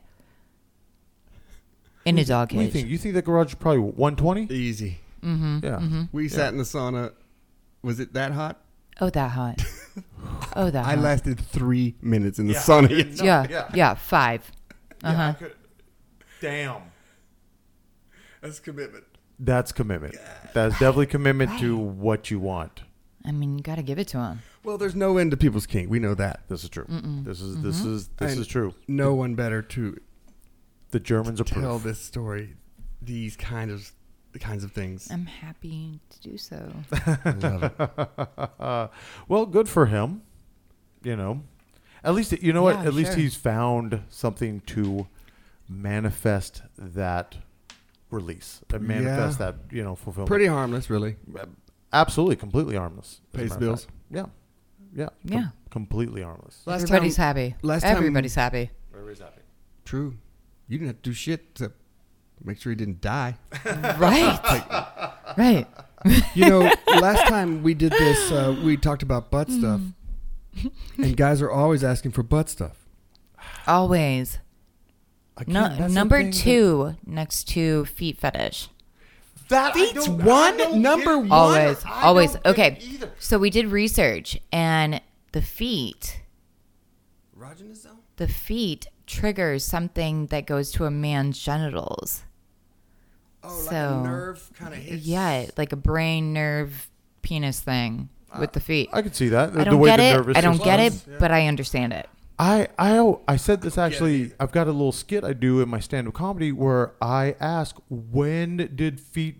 Speaker 1: In a dog
Speaker 2: What do you
Speaker 1: cage.
Speaker 2: think? You think that garage is probably 120?
Speaker 3: Easy.
Speaker 1: Mm-hmm.
Speaker 2: Yeah.
Speaker 3: We sat in the sauna. Was it that hot?
Speaker 1: Oh, that hot. Oh, that
Speaker 3: I
Speaker 1: hot.
Speaker 3: lasted three minutes in the sauna.
Speaker 2: No,
Speaker 1: yeah,
Speaker 2: yeah.
Speaker 1: yeah, five. Uh huh.
Speaker 2: Damn.
Speaker 3: That's commitment.
Speaker 2: That's commitment. That's definitely commitment to what you want.
Speaker 1: I mean, you gotta give it to him.
Speaker 3: Well, there's no end to people's kink. We know that.
Speaker 2: This is true. This is this
Speaker 1: Mm-hmm.
Speaker 2: is this
Speaker 3: And
Speaker 2: is true.
Speaker 3: No one better to
Speaker 2: The Germans are
Speaker 3: tell
Speaker 2: proof.
Speaker 3: this story, these kind of the kinds of things.
Speaker 1: I'm happy to do so.
Speaker 3: I love it.
Speaker 2: well, good for him. You know, at least you know what.
Speaker 1: Yeah,
Speaker 2: At least
Speaker 1: sure.
Speaker 2: he's found something to manifest that release, to manifest that you know fulfillment.
Speaker 3: Pretty harmless, really.
Speaker 2: absolutely, completely harmless. as a
Speaker 3: Pays
Speaker 2: matter of
Speaker 3: bills.
Speaker 2: fact. Yeah, yeah,
Speaker 1: Yeah.
Speaker 2: completely harmless.
Speaker 3: Last time-
Speaker 1: Everybody's happy.
Speaker 3: last time-
Speaker 1: Everybody's happy.
Speaker 3: True. You didn't have to do shit except make sure he didn't die.
Speaker 1: Right. right.
Speaker 3: You know, last time we did this, uh, we talked about butt
Speaker 1: Mm.
Speaker 3: stuff, and guys are always asking for butt stuff.
Speaker 1: Always.
Speaker 2: Again,
Speaker 1: No,
Speaker 2: that's
Speaker 1: number
Speaker 2: something that-
Speaker 1: two next to feet fetish.
Speaker 2: That I
Speaker 3: That's
Speaker 2: don't-
Speaker 3: one,
Speaker 2: I don't
Speaker 3: number
Speaker 2: get it.
Speaker 3: one.
Speaker 1: Always,
Speaker 2: I
Speaker 1: always.
Speaker 2: don't get it
Speaker 1: Okay,
Speaker 2: either.
Speaker 1: so we did research, and the feet, Oh.
Speaker 3: Erogenous zone?
Speaker 1: the feet triggers something that goes to a man's genitals.
Speaker 3: Oh,
Speaker 1: like a So, nerve
Speaker 3: kind of
Speaker 1: Yeah, like a brain nerve penis thing with the feet.
Speaker 2: Uh, I could see that. The,
Speaker 1: I
Speaker 2: the
Speaker 1: don't
Speaker 2: way
Speaker 1: get
Speaker 2: the
Speaker 1: it.
Speaker 2: nervous
Speaker 1: I don't get it,
Speaker 2: system-
Speaker 1: but I understand it.
Speaker 2: I, I, I said this actually. I've got a little skit I do in my stand-up comedy where I ask, when did feet?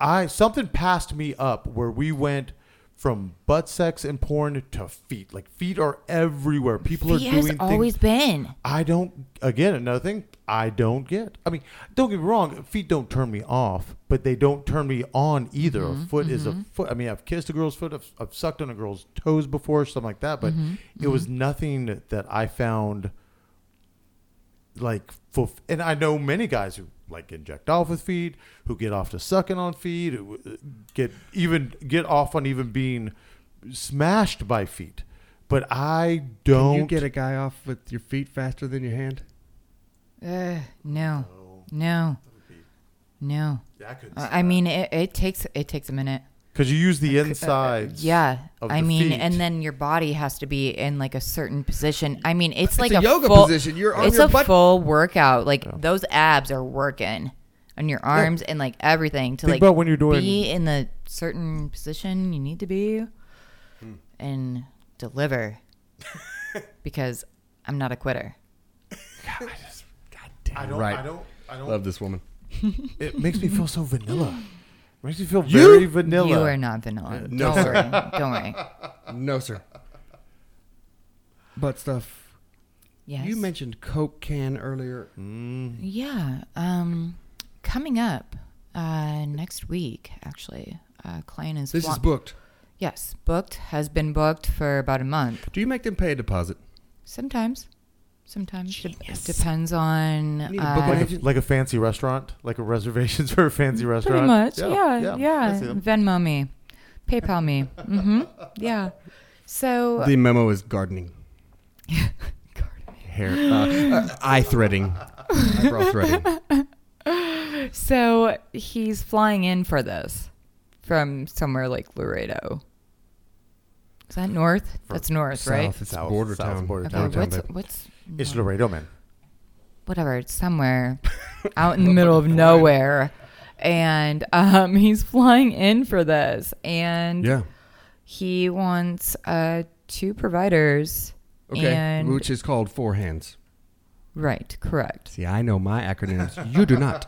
Speaker 2: I something passed me up where we went from butt sex and porn to feet. Like feet are everywhere. People
Speaker 1: He
Speaker 2: are
Speaker 1: has
Speaker 2: doing
Speaker 1: always
Speaker 2: things.
Speaker 1: been.
Speaker 2: I don't. Again, another thing I don't get. I mean, don't get me wrong. Feet don't turn me off, but they don't turn me on either.
Speaker 1: Mm-hmm,
Speaker 2: a foot is a foot. I mean, I've kissed a girl's foot. I've, I've sucked on a girl's toes before, something like that. But
Speaker 1: Mm-hmm,
Speaker 2: it was nothing that I found like for. And I know many guys who like inject off with feet, who get off to sucking on feet, who uh, get even get off on even being smashed by feet. But I
Speaker 3: Can
Speaker 2: don't
Speaker 3: you get a guy off with your feet faster than your hand?
Speaker 2: Eh.
Speaker 1: Uh, no, no, no.
Speaker 2: I couldn't
Speaker 1: Uh, I mean, it, it takes it takes a minute.
Speaker 2: Because you use the
Speaker 1: uh,
Speaker 2: insides.
Speaker 1: Yeah,
Speaker 2: of
Speaker 1: I
Speaker 2: the
Speaker 1: mean,
Speaker 2: feet.
Speaker 1: and then your body has to be in like a certain position. I mean, it's like
Speaker 3: a yoga
Speaker 1: full,
Speaker 3: position. You're on
Speaker 1: it's
Speaker 3: your
Speaker 1: a
Speaker 3: butt-
Speaker 1: full workout. Like those abs are working on your arms and like everything to
Speaker 2: Think
Speaker 1: like
Speaker 2: about when you're doing-
Speaker 1: be in the certain position you need to be and deliver. because I'm not a quitter.
Speaker 2: I don't.
Speaker 3: Right.
Speaker 2: I don't. I don't.
Speaker 3: Love this woman.
Speaker 2: It makes me feel so vanilla. Makes me feel
Speaker 3: You-
Speaker 2: very vanilla.
Speaker 1: You are not vanilla. Don't
Speaker 3: No, sir.
Speaker 1: worry. Don't worry.
Speaker 3: No, sir. Butt stuff.
Speaker 1: Yes.
Speaker 3: You mentioned Coke can earlier.
Speaker 1: Yeah. Um, coming up uh, next week, actually, a client is
Speaker 3: This
Speaker 1: fla-
Speaker 3: is booked.
Speaker 1: Yes, booked has been booked for about a month.
Speaker 3: Do you make them pay a deposit?
Speaker 1: Sometimes, sometimes de- depends on
Speaker 3: need to book
Speaker 1: uh,
Speaker 2: like, a, like a fancy restaurant, like a reservations for a fancy
Speaker 1: pretty
Speaker 2: restaurant.
Speaker 1: much. Yeah, yeah.
Speaker 2: I see them.
Speaker 1: Venmo me, PayPal me. hmm Yeah. So
Speaker 3: The memo is gardening. Hair. Uh, uh, eye threading. Eyebrow threading.
Speaker 1: So he's flying in for this from somewhere like Laredo. Is that north? That's north, right?
Speaker 3: South. It's
Speaker 2: South-
Speaker 3: border
Speaker 2: south
Speaker 3: town.
Speaker 2: border
Speaker 1: Okay,
Speaker 2: town.
Speaker 3: Downtown,
Speaker 1: what's
Speaker 3: babe.
Speaker 1: what's
Speaker 2: It's
Speaker 1: no,
Speaker 2: Laredo, man.
Speaker 1: whatever? It's somewhere out in the middle of nowhere, and um, he's flying in for this, and
Speaker 3: Yeah.
Speaker 1: he wants uh, two providers.
Speaker 3: Okay.
Speaker 1: And,
Speaker 3: Which is called four hands.
Speaker 1: right, correct.
Speaker 3: See, I know my acronyms. You do not.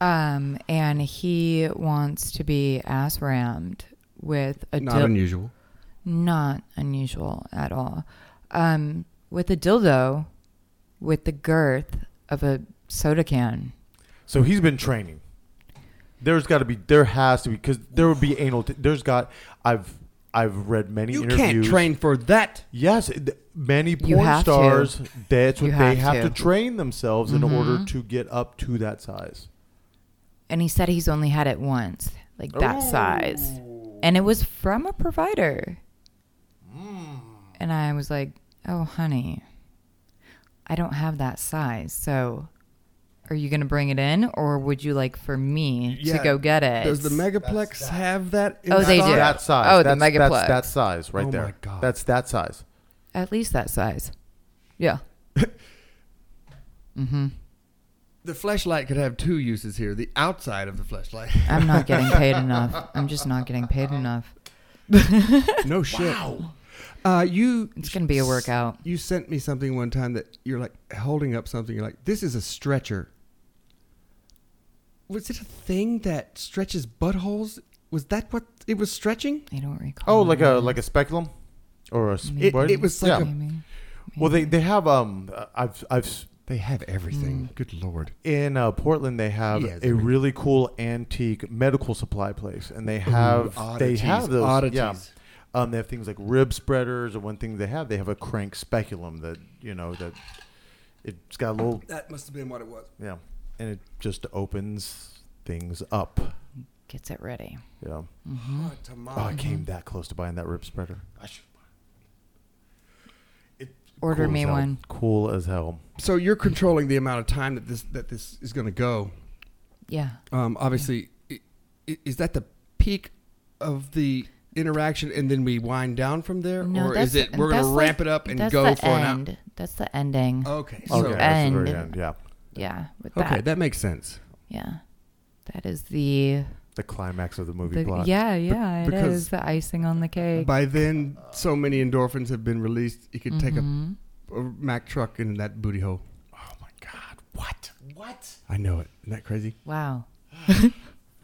Speaker 1: Um, and he wants to be ass rammed with a
Speaker 3: Not
Speaker 1: dil-
Speaker 3: unusual.
Speaker 1: not unusual at all. Um, with a dildo, with the girth of a soda can.
Speaker 2: So he's been training. There's got to be. There has to be because there would be anal. T- there's got. I've. I've read many
Speaker 3: You
Speaker 2: interviews.
Speaker 3: can't train for that.
Speaker 2: Yes, th- many
Speaker 1: You
Speaker 2: porn
Speaker 1: have to.
Speaker 2: stars. That's what
Speaker 1: You
Speaker 2: they
Speaker 1: have
Speaker 2: have to
Speaker 1: to. Mm-hmm.
Speaker 2: train themselves in order to get up to that size.
Speaker 1: And he said he's only had it once, like that size.
Speaker 3: Oh.
Speaker 1: And it was from a provider.
Speaker 3: Hmm.
Speaker 1: And I was like, oh, honey, I don't have that size. So are you going to bring it in or would you like for me
Speaker 3: Yeah,
Speaker 1: to go get it?
Speaker 3: Does the megaplex have that? in
Speaker 1: Oh, they
Speaker 3: stock?
Speaker 1: do.
Speaker 2: That size.
Speaker 1: Oh, the
Speaker 2: that's,
Speaker 1: megaplex.
Speaker 2: That's that size right
Speaker 3: Oh
Speaker 2: there.
Speaker 3: my God.
Speaker 2: That's that size.
Speaker 1: At least that size. Yeah.
Speaker 3: The flashlight could have two uses here. The outside of the flashlight.
Speaker 1: I'm not getting paid enough. I'm just not getting paid enough.
Speaker 3: no shit. Uh, you.
Speaker 1: It's gonna be a workout.
Speaker 3: You sent me something one time that you're like holding up something. You're like, this is a stretcher. Was it a thing that stretches buttholes? Was that what it was stretching?
Speaker 1: I don't recall.
Speaker 2: Oh, like a like a speculum, or a s-
Speaker 1: It-
Speaker 2: what?
Speaker 3: it was like a-
Speaker 1: Maybe.
Speaker 2: well, they they have um. uh, I've I've s-
Speaker 3: They have everything. Good lord.
Speaker 2: in uh, Portland they have
Speaker 3: Yes, I
Speaker 2: a
Speaker 3: mean-
Speaker 2: really cool antique medical supply place, and they have they
Speaker 3: oddities,
Speaker 2: have those Yeah.
Speaker 3: oddities.
Speaker 2: Um, they have things like rib spreaders, and one thing they have they have a crank speculum that you know that it's got a little
Speaker 3: That must have been what it was.
Speaker 2: yeah, and it just opens things up.
Speaker 1: Gets it ready.
Speaker 2: Yeah.
Speaker 1: Mm-hmm.
Speaker 3: Oh,
Speaker 2: Oh, I
Speaker 3: tamale.
Speaker 1: Um,
Speaker 2: came that close to buying that rib spreader. I should. It,
Speaker 1: Order
Speaker 2: cool
Speaker 1: me
Speaker 2: as hell.
Speaker 1: one.
Speaker 2: Cool as hell.
Speaker 3: So you're controlling the amount of time that this that this is going to go.
Speaker 1: Yeah.
Speaker 3: Um, obviously, i- i- is that the peak of the interaction, and then we wind down from there, or is it we're going
Speaker 1: that's
Speaker 3: to
Speaker 1: like-
Speaker 3: ramp it up and
Speaker 1: that's
Speaker 3: go
Speaker 1: the
Speaker 3: for
Speaker 1: end.
Speaker 3: an
Speaker 1: That's the ending.
Speaker 3: hour? Okay. So,
Speaker 2: Okay, that's the
Speaker 1: And-
Speaker 2: very end. Yeah,
Speaker 1: Yeah. With
Speaker 3: okay,
Speaker 1: that.
Speaker 3: that. makes sense.
Speaker 1: Yeah. That is the.
Speaker 2: the climax of the movie
Speaker 1: the
Speaker 2: plot.
Speaker 1: yeah, yeah. it
Speaker 3: because-
Speaker 1: is the icing on the cake.
Speaker 3: By then, so many endorphins have been released, you could
Speaker 1: Mm-hmm.
Speaker 3: take a, a Mack truck in that booty hole.
Speaker 2: Oh my god! What? What?
Speaker 3: I know it. Isn't that crazy?
Speaker 1: Wow.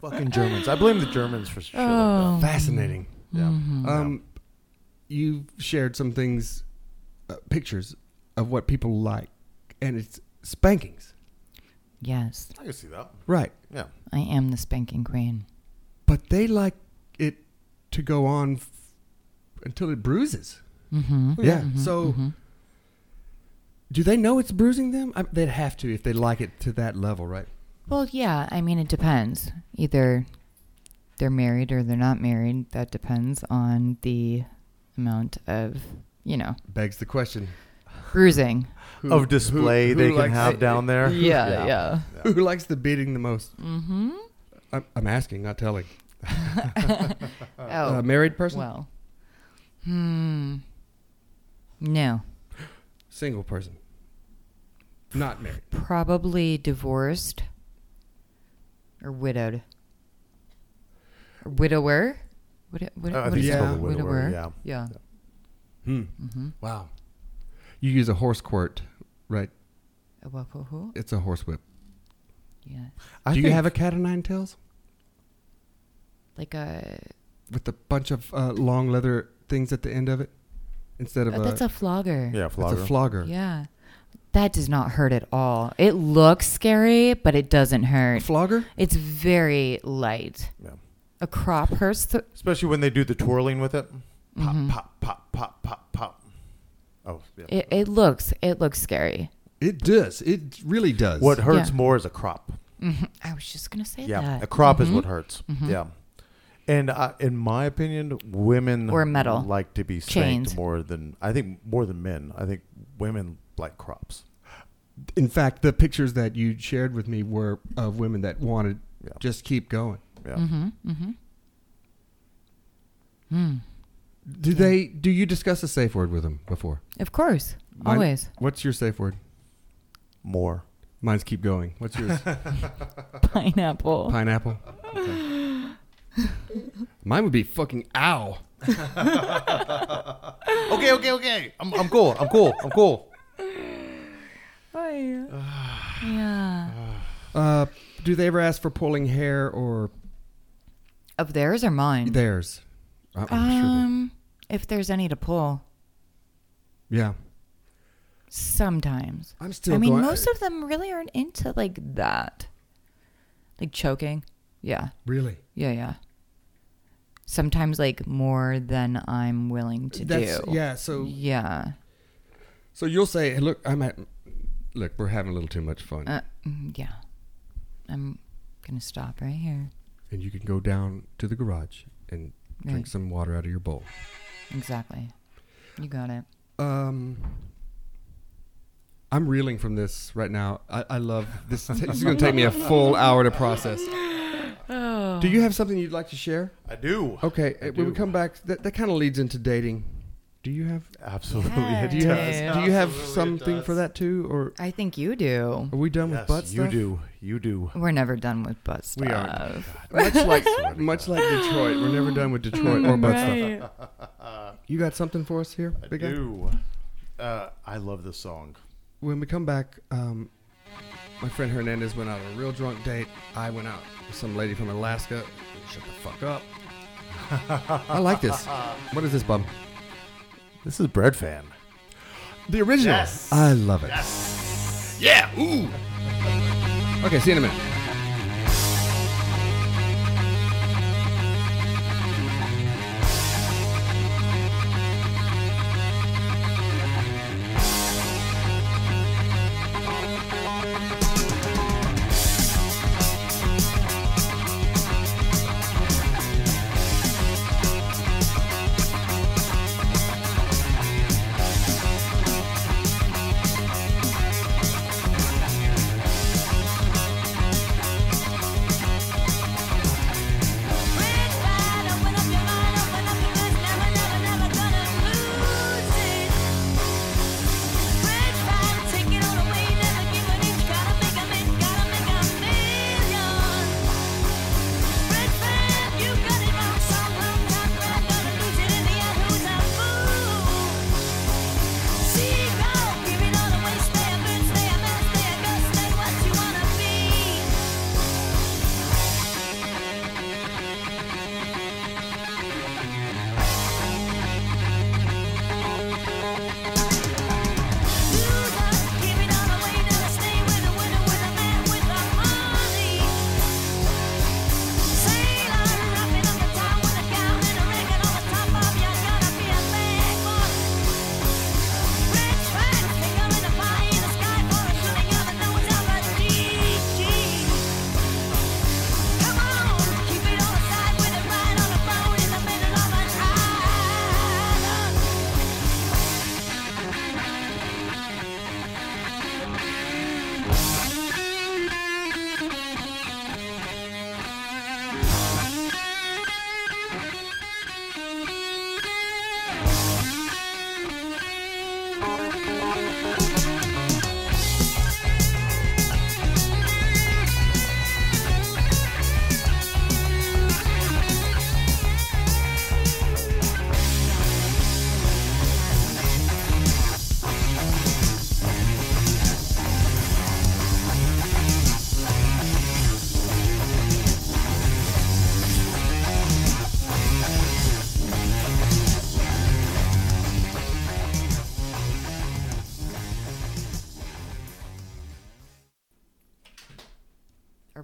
Speaker 2: Fucking Germans. I blame the Germans for shit.
Speaker 1: Oh, Mm-hmm.
Speaker 2: Like that.
Speaker 3: Fascinating.
Speaker 2: Yeah.
Speaker 3: Um, you've shared some things, uh, pictures of what people like, and it's spankings,
Speaker 1: Yes,
Speaker 2: I can see that.
Speaker 3: right?
Speaker 2: Yeah.
Speaker 1: I am the spanking queen.
Speaker 3: But they like it to go on f- until it bruises.
Speaker 1: Mm-hmm.
Speaker 3: Oh, yeah. So, do they know it's bruising them? I, they'd have to if they like it to that level, right?
Speaker 1: Well, yeah. I mean, it depends. Either they're married or they're not married. That depends on the amount of, you know,
Speaker 3: Begs the question:
Speaker 1: bruising.
Speaker 3: who-
Speaker 2: of display
Speaker 3: who- who
Speaker 2: they can
Speaker 3: likes
Speaker 2: have
Speaker 3: it?
Speaker 2: down there. Uh,
Speaker 1: Yeah, yeah.
Speaker 3: Who likes the beating the most?
Speaker 1: Mm-hmm.
Speaker 3: I'm, I'm asking, not telling.
Speaker 1: Oh,
Speaker 3: a married person,
Speaker 1: well. Hmm. No,
Speaker 3: single person, not married.
Speaker 1: probably divorced or widowed. Or widower. Wid- wid-
Speaker 2: Uh, I- I
Speaker 1: what
Speaker 2: think
Speaker 1: is
Speaker 2: it's
Speaker 1: it?
Speaker 2: called a widower, yeah.
Speaker 1: Yeah.
Speaker 3: Hmm.
Speaker 1: Mm-hmm.
Speaker 3: Wow. You use a horse quirt, right? It's a horse whip.
Speaker 1: Yeah.
Speaker 2: I
Speaker 3: Do you
Speaker 2: think-
Speaker 3: have a cat o' nine tails
Speaker 1: Like a.
Speaker 3: with a bunch of uh, long leather things at the end of it instead of
Speaker 1: Oh,
Speaker 3: a,
Speaker 1: that's a flogger.
Speaker 2: yeah
Speaker 3: It's
Speaker 2: flogger?
Speaker 3: a flogger.
Speaker 1: Yeah. That does not hurt at all. It looks scary, but it doesn't
Speaker 3: A
Speaker 1: hurt.
Speaker 3: flogger?
Speaker 1: It's very light.
Speaker 2: yeah.
Speaker 1: A crop hurts. Th-
Speaker 2: Especially when they do the twirling with it. Pop,
Speaker 1: Mhm.
Speaker 2: pop, pop, pop, pop, pop. Oh, yeah.
Speaker 1: it, it looks it looks scary.
Speaker 3: It does. It really does.
Speaker 2: what hurts
Speaker 1: Yeah.
Speaker 2: more is a crop.
Speaker 1: Mhm. I was just gonna say
Speaker 2: Yeah,
Speaker 1: that.
Speaker 2: a crop is
Speaker 1: Mhm.
Speaker 2: what hurts. Yeah, and uh, in my opinion, women
Speaker 1: Or metal.
Speaker 2: like to be spanked
Speaker 1: Chains.
Speaker 2: more than I think more than men. I think women like crops.
Speaker 3: In fact, the pictures that you shared with me were of women that wanted
Speaker 2: Yeah.
Speaker 3: just keep going.
Speaker 2: Yeah,
Speaker 1: Mm. Mm-hmm.
Speaker 3: Do they? Do you discuss a safe word with them before?
Speaker 1: Of course,
Speaker 3: Mine-
Speaker 1: always.
Speaker 3: What's your safe word?
Speaker 2: more.
Speaker 3: Mine's keep going. What's yours?
Speaker 1: Pineapple.
Speaker 3: Pineapple. Mine would be fucking ow.
Speaker 2: Okay, okay, okay. I'm, I'm cool. I'm cool. I'm cool.
Speaker 1: Oh, yeah. yeah.
Speaker 3: Uh, do they ever ask for pulling hair or
Speaker 1: Of theirs or mine?
Speaker 3: theirs? Uh-uh, I'm
Speaker 1: um, if there's any to pull,
Speaker 3: they, yeah.
Speaker 1: sometimes.
Speaker 3: I'm still
Speaker 1: I mean,
Speaker 3: going-
Speaker 1: most of them really aren't into like that, like choking. Yeah,
Speaker 3: Really?
Speaker 1: yeah, yeah. Sometimes like more than I'm willing to
Speaker 3: That's-
Speaker 1: do.
Speaker 3: Yeah. So
Speaker 1: Yeah.
Speaker 3: so you'll say, hey, look, I'm at. Look, we're having a little too much fun,
Speaker 1: Uh, mm, yeah. I'm gonna stop right here.
Speaker 3: and you can go down to the garage and drink
Speaker 1: Right.
Speaker 3: some water out of your bowl.
Speaker 1: Exactly. You got it.
Speaker 3: Um, I'm reeling from this right now. I, I love this. It's going to take me a full hour to process.
Speaker 1: Oh.
Speaker 3: Do you have something you'd like to share?
Speaker 2: I do.
Speaker 3: Okay, uh, when we
Speaker 2: do.
Speaker 3: come back, that, that kind of leads into dating. Do you have
Speaker 2: Absolutely.
Speaker 1: Yes.
Speaker 2: it
Speaker 3: do you
Speaker 1: does.
Speaker 3: have do you have
Speaker 2: Absolutely it
Speaker 3: something for
Speaker 2: does.
Speaker 3: that too, or
Speaker 1: I think you do.
Speaker 3: are we done
Speaker 2: Yes,
Speaker 3: with butt
Speaker 2: you
Speaker 3: stuff?
Speaker 2: do. You do.
Speaker 1: We're never done with butt stuff.
Speaker 3: We aren't. much like much like Detroit, we're never done with Detroit or butt stuff. You got something for us here,
Speaker 2: I
Speaker 3: big guy?
Speaker 2: do. Uh, I love this song.
Speaker 3: When we come back, um, my friend Hernandez went out on a real drunk date. I went out with some lady from Alaska. Shut the fuck up. I like this. What is this, bub?
Speaker 2: This is Bread Fan.
Speaker 3: The original.
Speaker 2: Yes.
Speaker 3: I love it.
Speaker 2: Yeah. Ooh.
Speaker 3: Okay, see you in a minute.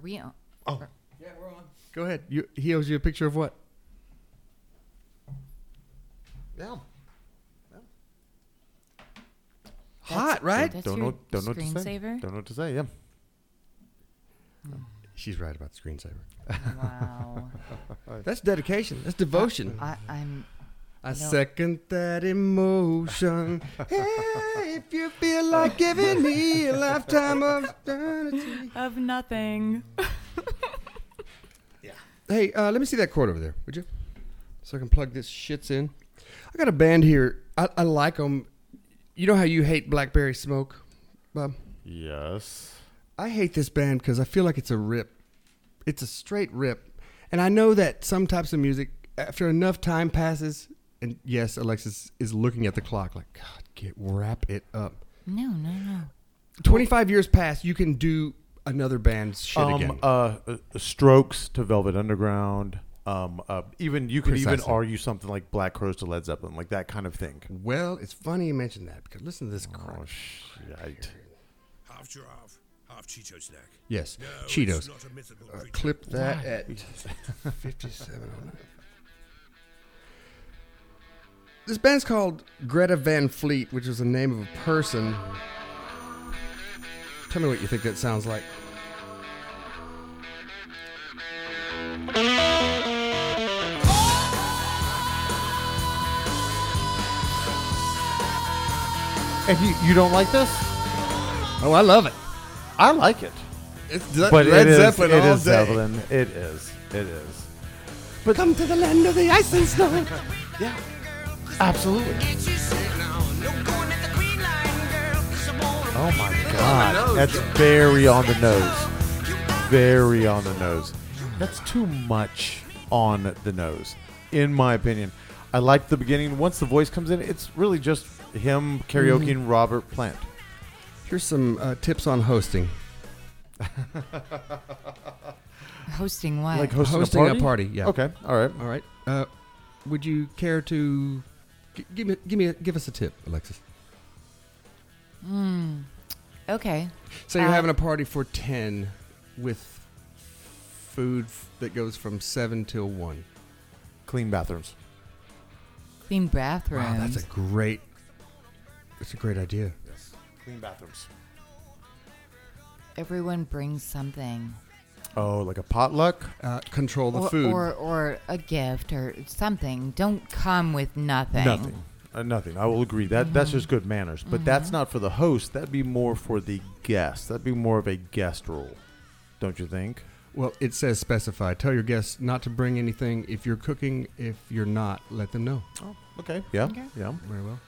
Speaker 1: we on?
Speaker 3: Yeah, we're on. Go ahead. You, he owes you a picture of what?
Speaker 2: Yeah.
Speaker 3: Hot, right?
Speaker 1: That's
Speaker 2: don't
Speaker 1: your
Speaker 2: know. Don't know what to say.
Speaker 1: screensaver?
Speaker 2: Don't know what to say. Yeah.
Speaker 3: She's right about the screensaver.
Speaker 1: Wow.
Speaker 3: That's dedication. That's devotion.
Speaker 1: I, I'm.
Speaker 3: I,
Speaker 1: know-
Speaker 3: second that emotion. hey, if you feel like giving me a lifetime of eternity.
Speaker 1: Of nothing.
Speaker 3: Hey, uh, let me see that cord over there, would you? So I can plug this shits in. I got a band here. I, I like them. You know how you hate Blackberry Smoke, Bob?
Speaker 2: Yes.
Speaker 3: I hate this band because I feel like it's a rip. It's a straight rip. And I know that some types of music, after enough time passes, and yes, Alexis is looking at the clock like, God, get wrap it up.
Speaker 1: No, no, no.
Speaker 3: 25 years pass, you can do another band's shit again.
Speaker 2: Um, uh, uh, Strokes to Velvet Underground. Um, uh, even you could even
Speaker 3: Precisely.
Speaker 2: argue something like Black Crowes to Led Zeppelin, like that kind of thing.
Speaker 3: well, it's funny you mentioned that because listen to this crap.
Speaker 2: Oh shit!
Speaker 6: Half giraffe, half Cheeto snack.
Speaker 3: Yes,
Speaker 6: No, it's
Speaker 3: Cheetos.
Speaker 6: not a mythical
Speaker 3: Uh,
Speaker 6: creature.
Speaker 3: clip that at 5709. This band's called Greta Van Fleet, which is the name of a person. Tell me what you think that sounds like.
Speaker 2: And you, you don't like this?
Speaker 3: Oh, I love it.
Speaker 2: I like it,
Speaker 3: It's Ze-
Speaker 2: but it
Speaker 3: Led
Speaker 2: is
Speaker 3: Zeppelin
Speaker 2: it
Speaker 3: all
Speaker 2: is
Speaker 3: day.
Speaker 2: Zeppelin. It is. It is.
Speaker 3: But come to the land of the ice and snow.
Speaker 2: Yeah, absolutely. Oh my god, that's very on the nose. Very on the nose. That's too much on the nose, in my opinion. I like the beginning. Once the voice comes in, it's really just him karaoke and Robert Plant.
Speaker 3: Here's some uh, tips on hosting.
Speaker 1: Hosting what?
Speaker 2: Like hosting,
Speaker 3: Hosting
Speaker 2: a
Speaker 3: a
Speaker 2: party.
Speaker 3: party, yeah.
Speaker 2: Okay. All right.
Speaker 3: All right. Uh, would you care to g- give me give me a, give us a tip, Alexis?
Speaker 1: okay.
Speaker 3: So you're
Speaker 1: Uh,
Speaker 3: having a party for ten with food f- that goes from seven till one.
Speaker 2: Clean bathrooms.
Speaker 1: Clean bathrooms.
Speaker 3: Wow, that's a great. That's a great idea.
Speaker 2: Yes. Clean bathrooms.
Speaker 1: Everyone brings something.
Speaker 2: Oh, like a potluck.
Speaker 3: Uh, control the
Speaker 1: or,
Speaker 3: food.
Speaker 1: Or, or a gift or something. Don't come with nothing.
Speaker 2: Nothing. Uh, nothing. I will agree. That that's just good manners. But that's not for the host. That'd be more for the guest. That'd be more of a guest rule, don't you think?
Speaker 3: well, it says specify. Tell your guests not to bring anything. If you're cooking, if you're not, let them know.
Speaker 2: Oh, okay. Yeah.
Speaker 1: Okay.
Speaker 2: Yeah.
Speaker 3: Very well.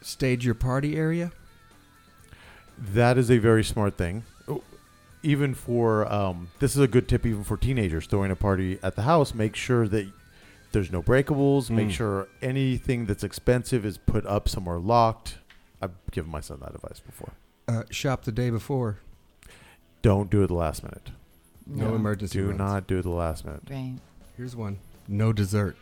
Speaker 3: Stage your party area.
Speaker 2: That is a very smart thing. Oh, Even for um, this is a good tip even for teenagers throwing a party at the house. Make sure that there's no breakables. Make sure anything that's expensive is put up somewhere locked. I've given my son that advice before.
Speaker 3: Uh, shop the day before.
Speaker 2: Don't do it the last minute.
Speaker 3: No, emergency.
Speaker 2: Do
Speaker 3: runs.
Speaker 2: not do it the last minute.
Speaker 1: Right.
Speaker 3: Here's one. No dessert.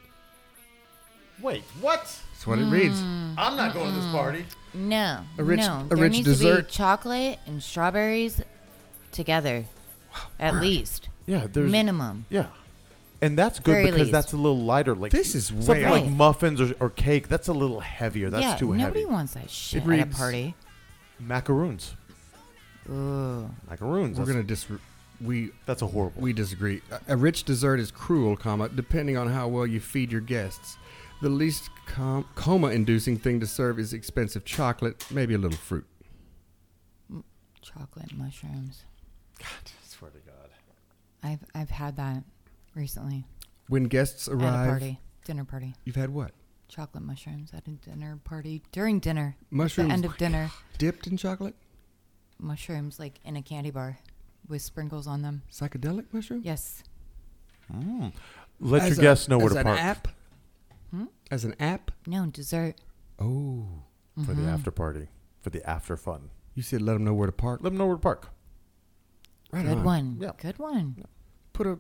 Speaker 2: Wait, what?
Speaker 3: That's what it reads.
Speaker 1: Hmm. Mm.
Speaker 2: I'm not going to this party.
Speaker 1: No.
Speaker 3: A rich-
Speaker 1: no.
Speaker 3: a
Speaker 1: there
Speaker 3: rich
Speaker 1: needs to
Speaker 3: dessert.
Speaker 1: be chocolate and strawberries together, at least
Speaker 2: Yeah, there's
Speaker 1: minimum.
Speaker 2: Yeah, and that's good
Speaker 1: Very
Speaker 2: because
Speaker 1: least.
Speaker 2: that's a little lighter. Like
Speaker 3: This is
Speaker 2: something
Speaker 3: way
Speaker 2: like
Speaker 1: out.
Speaker 2: muffins or, or cake. That's a little heavier. That's
Speaker 1: yeah,
Speaker 2: too
Speaker 1: nobody
Speaker 2: heavy.
Speaker 1: wants that shit
Speaker 3: It
Speaker 1: at a
Speaker 3: reads-
Speaker 1: party.
Speaker 2: Macaroons.
Speaker 1: Ooh.
Speaker 2: Macaroons.
Speaker 3: We're
Speaker 2: that's,
Speaker 3: gonna dis. We
Speaker 2: that's a horrible.
Speaker 3: we disagree. A- A rich dessert is cruel, comma depending on how well you feed your guests. The least com- coma-inducing thing to serve is expensive chocolate, maybe a little fruit.
Speaker 1: Chocolate mushrooms.
Speaker 2: swear to God.
Speaker 1: I've I've had that recently
Speaker 3: When guests arrive,
Speaker 1: at a party, dinner party.
Speaker 3: you've had what?
Speaker 1: Chocolate mushrooms at a dinner party during dinner.
Speaker 3: Mushrooms
Speaker 1: At the end of dinner,
Speaker 3: dipped in chocolate,
Speaker 1: mushrooms like in a candy bar with sprinkles on them.
Speaker 3: psychedelic mushroom.
Speaker 1: Yes.
Speaker 2: Let
Speaker 3: As
Speaker 2: your
Speaker 3: a-
Speaker 2: guests know where to
Speaker 3: as
Speaker 2: park
Speaker 3: An app.
Speaker 1: Hmm?
Speaker 3: As an app.
Speaker 1: No dessert.
Speaker 3: Oh,
Speaker 2: for
Speaker 1: Mm-hmm.
Speaker 2: the after party, for the after fun.
Speaker 3: you said let them know where to park.
Speaker 2: Let them know where to park.
Speaker 3: Right
Speaker 1: Good
Speaker 3: on.
Speaker 1: one.
Speaker 2: Yeah.
Speaker 1: Good one.
Speaker 3: Put a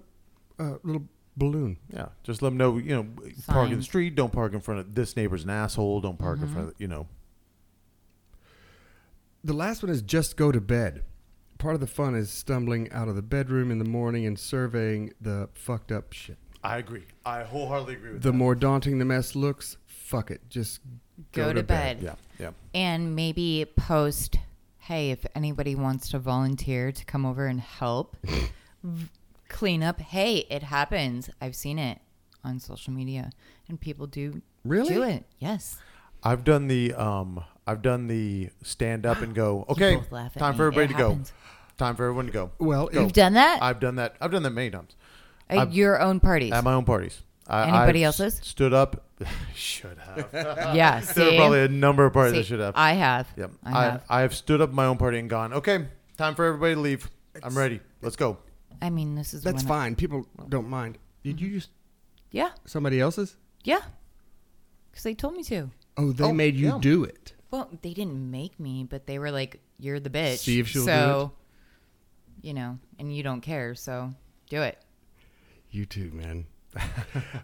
Speaker 3: uh, little balloon.
Speaker 2: Yeah, just let them know. You know, park in
Speaker 1: Sign. Mm-hmm.
Speaker 2: the street. Don't park in front of this neighbor's an asshole. Don't park in front of you know.
Speaker 3: The last one is just go to bed. part of the fun is stumbling out of the bedroom in the morning and surveying the fucked up shit.
Speaker 2: I agree. I wholeheartedly agree with
Speaker 3: The more daunting the mess looks, fuck it, just
Speaker 1: Go to bed.
Speaker 2: Yeah, yeah.
Speaker 1: and maybe post hey if anybody wants to volunteer to come over and help v- clean up hey it happens i've seen it on social media and people do
Speaker 3: Really?
Speaker 1: do it yes
Speaker 2: I've done the um I've done the stand up and go, okay,
Speaker 1: both laugh at
Speaker 2: time
Speaker 1: me.
Speaker 2: for everybody
Speaker 1: It
Speaker 2: to go.
Speaker 1: happens.
Speaker 2: Time for everyone to go.
Speaker 3: Well,
Speaker 2: Go.
Speaker 1: you've done that
Speaker 2: I've done that. I've done that many times.
Speaker 1: at
Speaker 2: I've-
Speaker 1: your own parties
Speaker 2: At my own parties. I,
Speaker 1: Anybody
Speaker 2: I've
Speaker 1: else's?
Speaker 2: Stood up. should have. there
Speaker 1: yeah
Speaker 2: are
Speaker 1: see?
Speaker 2: probably a number of parties I
Speaker 1: See,
Speaker 2: should have.
Speaker 1: i have
Speaker 2: Yep.
Speaker 1: i
Speaker 2: I,
Speaker 1: have
Speaker 2: I have stood up my own party and gone, okay, time for everybody to leave. I'm ready. Let's go.
Speaker 1: i mean this is
Speaker 3: that's
Speaker 1: when I- Mm-hmm.
Speaker 3: fine. People don't mind. Did you just
Speaker 1: yeah
Speaker 3: somebody else's?
Speaker 1: yeah because they told me to
Speaker 3: Oh, they
Speaker 2: Oh,
Speaker 3: made you
Speaker 2: yeah.
Speaker 3: do it.
Speaker 1: Well, they didn't make me, but they were like, "You're the bitch."
Speaker 3: See if she'll do
Speaker 1: so, You know, and you don't care, so do it.
Speaker 3: You too, man.
Speaker 1: Many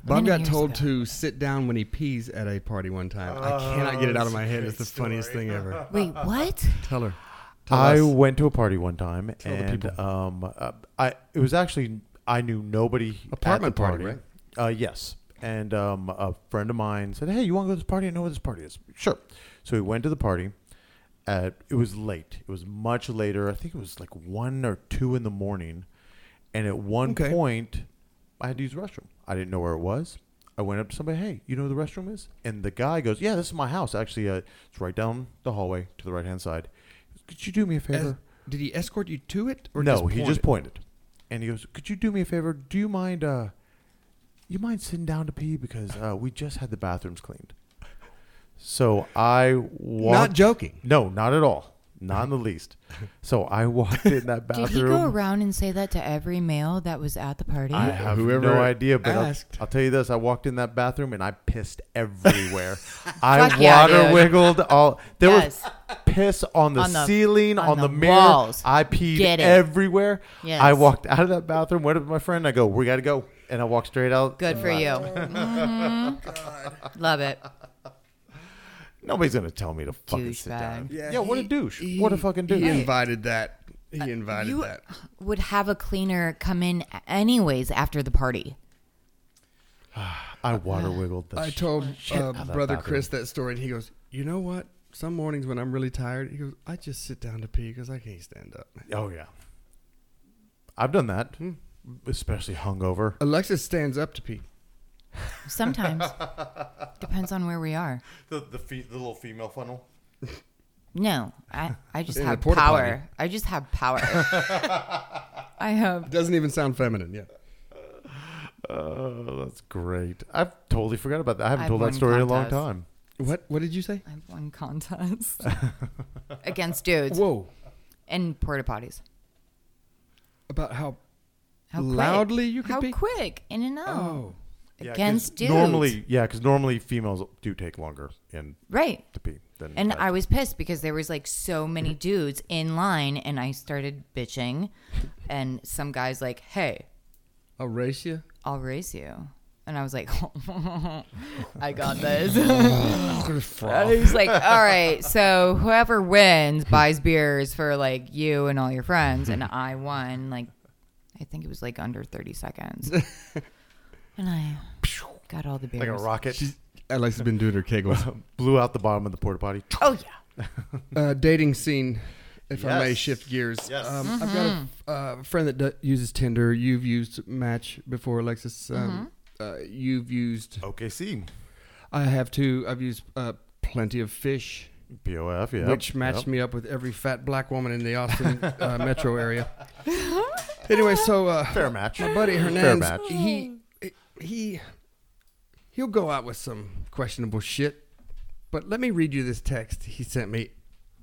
Speaker 3: Bob got
Speaker 1: years
Speaker 3: told
Speaker 1: ago.
Speaker 3: to sit down when he pees at a party one time.
Speaker 2: Oh,
Speaker 3: I cannot get it out of my head. It's the funniest thing ever.
Speaker 1: Wait, what?
Speaker 3: Tell her. Tell
Speaker 2: I
Speaker 3: us.
Speaker 2: went to a party one time
Speaker 3: the
Speaker 2: and
Speaker 3: people.
Speaker 2: um, uh, I it was actually I knew nobody
Speaker 3: Apartment
Speaker 2: at the party.
Speaker 3: party,
Speaker 2: right? Uh, yes, and um, a friend of mine said, "Hey, you want to go to this party? I know where this party is." Sure. So we went to the party. At, it was late. It was much later. I think it was like one or two in the morning. And at one
Speaker 3: Okay.
Speaker 2: point, I had to use the restroom. I didn't know where it was. I went up to somebody. Hey, you know where the restroom is? And the guy goes, "Yeah, this is my house. Actually, uh, it's right down the hallway to the right hand side." Could you do me a favor?
Speaker 3: Es- did he escort you to it? Or
Speaker 2: no,
Speaker 3: just
Speaker 2: he just
Speaker 3: pointed?
Speaker 2: pointed, and he goes, "Could you do me a favor? Do you mind? Uh, you mind sitting down to pee because uh, we just had the bathrooms cleaned." So I walked.
Speaker 3: Not joking.
Speaker 2: No, not at all. Not in the least. So I walked in that bathroom.
Speaker 1: Did he go around and say that to every male that was at the party?
Speaker 2: I have
Speaker 3: Whoever
Speaker 2: no idea, but I'll,
Speaker 3: asked.
Speaker 2: I'll tell you this: I walked in that bathroom and I pissed everywhere. I
Speaker 1: Fuck
Speaker 2: water
Speaker 1: yeah, dude.
Speaker 2: wiggled all. There
Speaker 1: Yes.
Speaker 2: was piss on the,
Speaker 1: On the-
Speaker 2: ceiling,
Speaker 1: on
Speaker 2: on,
Speaker 1: the
Speaker 2: the, mirror.
Speaker 1: walls.
Speaker 2: I peed
Speaker 1: Get it.
Speaker 2: everywhere.
Speaker 1: Yes.
Speaker 2: I walked out of that bathroom, went up to my friend. I go, "We got to go," and I walked straight out.
Speaker 1: Good for you. Mhm. Love it.
Speaker 2: Nobody's gonna tell me to fucking sit
Speaker 1: Douchebag.
Speaker 2: down. Yeah, what a
Speaker 3: he-
Speaker 2: douche!
Speaker 3: he-
Speaker 2: what a fucking douche!
Speaker 3: He invited that. He invited
Speaker 1: You
Speaker 3: that.
Speaker 1: would have a cleaner come in anyways after the party.
Speaker 2: I water wiggled. The
Speaker 3: I
Speaker 2: shit
Speaker 3: told
Speaker 2: out
Speaker 3: uh,
Speaker 2: of that
Speaker 3: brother
Speaker 2: bathroom.
Speaker 3: Chris that story, and he goes, "You know what? Some mornings when I'm really tired, he goes, I just sit down to pee because I can't stand up."
Speaker 2: Oh yeah, I've done that,
Speaker 3: Hmm.
Speaker 2: especially hungover.
Speaker 3: Alexis stands up to pee.
Speaker 1: Sometimes depends on where we are.
Speaker 2: The the, fe- the little female funnel.
Speaker 1: No, I I just
Speaker 3: In the
Speaker 1: have
Speaker 3: porta
Speaker 1: power.
Speaker 3: potty.
Speaker 1: I just have power. I have
Speaker 3: Doesn't even sound feminine. Yeah.
Speaker 2: Oh, that's great. I've totally forgot about that. I haven't
Speaker 1: I've
Speaker 2: told
Speaker 1: won
Speaker 2: that story in a long
Speaker 1: contests.
Speaker 2: time.
Speaker 3: What? What did you say?
Speaker 1: I've won contests against dudes
Speaker 3: Whoa!
Speaker 1: and porta potties.
Speaker 3: About how?
Speaker 1: How
Speaker 3: Loudly
Speaker 1: quick,
Speaker 3: you could
Speaker 1: how
Speaker 3: be?
Speaker 1: quick in and out
Speaker 3: Oh,
Speaker 1: against dudes.
Speaker 2: Normally, yeah, because normally females do take longer in
Speaker 1: right?
Speaker 2: to pee than
Speaker 1: And
Speaker 2: guys.
Speaker 1: I was pissed because there was like so many dudes in line, and I started bitching, and some guys like, "Hey,
Speaker 3: Horatia.
Speaker 1: I'll race you," and I was like, "I got this." I was like, all right, so whoever wins buys beers for like you and all your friends. And I won, like, I think it was like under 30 seconds. And I got all the beers.
Speaker 2: like a rocket
Speaker 3: Alexis has been doing her kegels.
Speaker 2: blew out the bottom of the porta potty.
Speaker 1: Oh, yeah.
Speaker 3: uh, dating scene. If I may
Speaker 2: Yes.
Speaker 3: shift gears,
Speaker 2: Yes.
Speaker 3: um, I've got a f- uh, friend that d- uses Tinder. You've used Match before, Alexis. Um, uh, you've used.
Speaker 2: OKC,
Speaker 3: I have too. I've used uh, plenty of fish,
Speaker 2: POF, yeah,
Speaker 3: which matched me up with every fat black woman in the Austin uh, metro area. anyway, so uh,
Speaker 2: Fair match.
Speaker 3: my buddy
Speaker 2: Fair
Speaker 3: Hernandez,
Speaker 2: match.
Speaker 3: he he he'll go out with some questionable shit. But let me read you this text he sent me.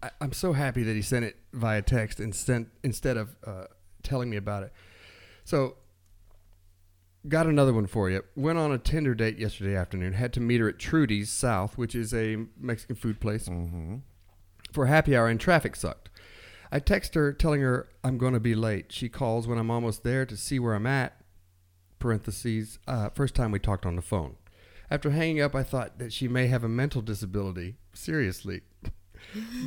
Speaker 3: I, I'm so happy that he sent it via text instead instead of uh, telling me about it. So Got another one for you. Went on a Tinder date yesterday afternoon. Had to meet her at Trudy's South, which is a Mexican food place,
Speaker 2: Mm.
Speaker 3: for happy hour, and traffic sucked. I text her telling her I'm going to be late. She calls when I'm almost there to see where I'm at. Parentheses. Uh, first time we talked on the phone. After hanging up, I thought that she may have a mental disability. Seriously.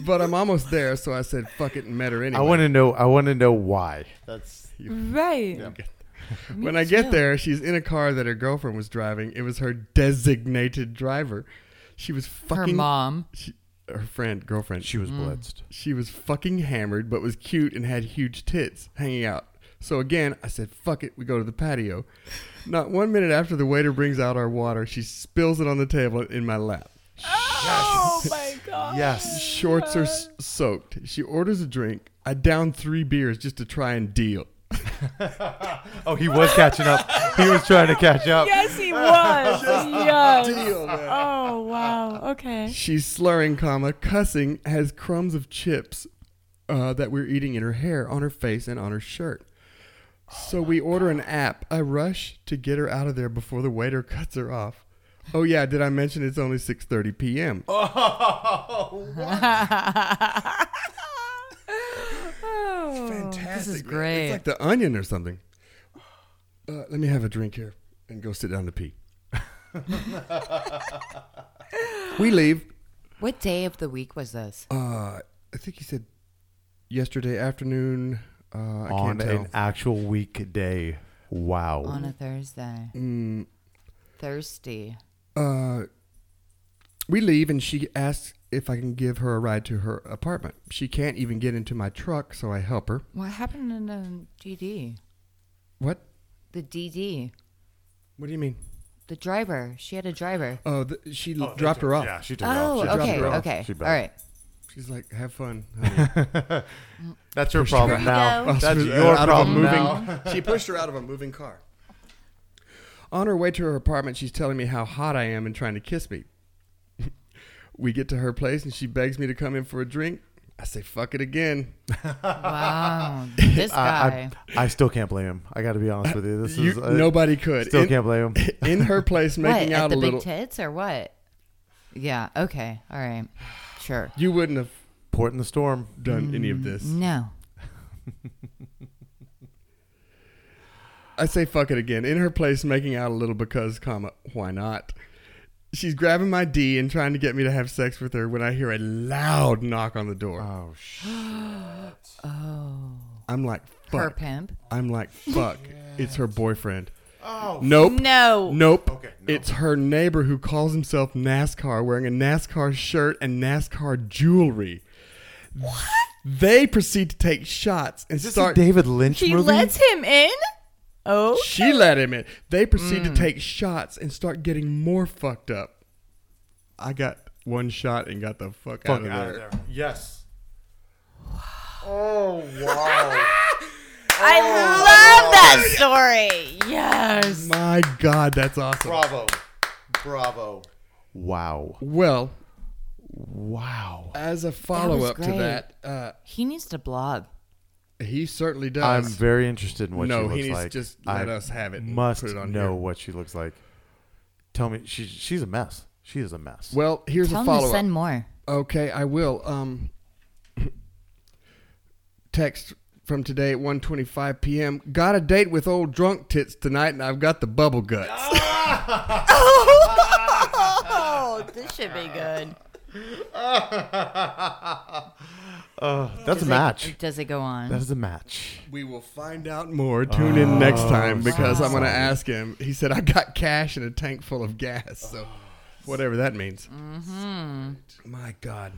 Speaker 3: But I'm almost there, so I said, fuck it, and met her anyway.
Speaker 2: I want to know. I want to know why. That's
Speaker 1: Right.
Speaker 3: when I get there, she's in a car that her girlfriend was driving. It was her designated driver. She was
Speaker 1: Her
Speaker 3: fucking
Speaker 1: mom.
Speaker 3: She, her friend, girlfriend.
Speaker 2: she
Speaker 1: Mm.
Speaker 2: was blitzed.
Speaker 3: She was fucking hammered, but was cute and had huge tits hanging out. So again, I said, fuck it, we go to the patio. Not one minute after the waiter brings out our water, she spills it on the table in my lap.
Speaker 1: Oh my god.
Speaker 2: Yes.
Speaker 3: Shorts are s- soaked. She orders a drink. I down three beers just to try and deal.
Speaker 2: Oh, he was catching up. He was trying to catch up.
Speaker 7: Yes, he was. yes.
Speaker 3: Deal, man.
Speaker 7: Oh wow. Okay.
Speaker 3: She's slurring, comma, cussing, has crumbs of chips uh, that we're eating in her hair, on her face, and on her shirt. So we order an app. I rush to get her out of there before the waiter cuts her off. Oh yeah, did I mention it's only 6:30 p.m.?
Speaker 6: Fantastic.
Speaker 1: Oh, This is
Speaker 6: man.
Speaker 3: It's
Speaker 1: great.
Speaker 3: like the onion or something. Uh, let me have a drink here and go sit down to pee. we leave.
Speaker 1: what day of the week was this?
Speaker 3: Uh, I think he said yesterday afternoon. Uh, I
Speaker 2: On
Speaker 3: can't tell.
Speaker 2: an actual weekday. Wow.
Speaker 1: On a Thursday. Thirsty.
Speaker 3: uh, we leave and she asks if I can give her a ride to her apartment. She can't even get into my truck, so I help her.
Speaker 1: What happened in the DD?
Speaker 3: What?
Speaker 1: The DD.
Speaker 3: What do you mean?
Speaker 1: The driver. She had a driver.
Speaker 3: Oh, the, she dropped her off.
Speaker 2: Yeah, she took
Speaker 1: Oh,
Speaker 2: off. She
Speaker 1: okay,
Speaker 2: dropped her off.
Speaker 1: okay.
Speaker 2: She
Speaker 1: All
Speaker 2: bailed.
Speaker 1: right.
Speaker 3: She's like, "Have fun." honey."
Speaker 2: That's your problem
Speaker 1: you
Speaker 2: now.
Speaker 1: go.
Speaker 2: That's
Speaker 3: She was
Speaker 2: your
Speaker 3: out of a
Speaker 2: problem
Speaker 3: moving-
Speaker 2: now.
Speaker 3: she pushed her out of a moving car. On her way to her apartment, she's telling me how hot I am and trying to kiss me. we get to her place and she begs me to come in for a drink. I say, "Fuck it again."
Speaker 1: Wow. this guy.
Speaker 2: I, I, I still can't blame him. I got to be honest with you. This
Speaker 3: You-
Speaker 2: is uh,
Speaker 3: nobody could.
Speaker 2: Still
Speaker 3: In-
Speaker 2: can't blame him.
Speaker 3: in her place
Speaker 1: what?
Speaker 3: making
Speaker 1: At
Speaker 3: out
Speaker 1: the
Speaker 3: a little.
Speaker 1: big tits or what? Yeah. Okay. All right. Sure.
Speaker 3: You wouldn't have
Speaker 2: Port in the storm.
Speaker 3: done any
Speaker 2: Mm-hmm.
Speaker 3: of this.
Speaker 1: No.
Speaker 3: I say fuck it again. In her place making out a little because, comma, why not? She's grabbing my D and trying to get me to have sex with her when I hear a loud knock on the door.
Speaker 2: Oh shit.
Speaker 7: Oh.
Speaker 3: I'm like,
Speaker 1: Her
Speaker 3: fuck.
Speaker 1: pimp.
Speaker 3: I'm like, fuck. It's her boyfriend. Oh. Nope.
Speaker 1: No.
Speaker 3: Nope.
Speaker 2: Okay, no.
Speaker 3: It's her neighbor who calls himself NASCAR, wearing a NASCAR shirt and NASCAR jewelry. What? They proceed to take shots and
Speaker 2: Is this a
Speaker 3: start.
Speaker 2: David Lynch
Speaker 7: She
Speaker 2: movie?
Speaker 7: lets him in. Oh.
Speaker 3: She let him in. They proceed to take shots and start getting more fucked up. I got one shot and got the fuck, out,
Speaker 2: Fuck
Speaker 3: of
Speaker 2: out of
Speaker 3: there.
Speaker 2: there. Yes. Oh wow.
Speaker 7: I love that story. Yes.
Speaker 3: My God, that's awesome.
Speaker 2: Bravo. Bravo. Wow.
Speaker 3: Well,
Speaker 2: Wow.
Speaker 3: as a follow up to
Speaker 1: great.
Speaker 3: that, uh,
Speaker 1: He needs to blog.
Speaker 3: he certainly does.
Speaker 2: I'm very interested in what she
Speaker 3: No, he
Speaker 2: looks
Speaker 3: needs to
Speaker 2: like.
Speaker 3: just let
Speaker 2: I
Speaker 3: us have it and
Speaker 2: Must
Speaker 3: put it on
Speaker 2: know
Speaker 3: here.
Speaker 2: what she looks like. Tell me, she's she's a mess. She is a mess.
Speaker 3: well, here's
Speaker 1: Tell
Speaker 3: a
Speaker 1: him to
Speaker 3: follow up.
Speaker 1: send more.
Speaker 3: Okay, I will. Um, text from today at 1.25 p.m. Got a date with old drunk tits tonight, and I've got the bubble guts.
Speaker 7: Oh, this should be good.
Speaker 2: That's a match.
Speaker 1: Does it go on?
Speaker 2: That is a match.
Speaker 3: We will find out more. Tune in next time because I'm going to ask him. He said, I got cash and a tank full of gas. So, whatever that means. My God.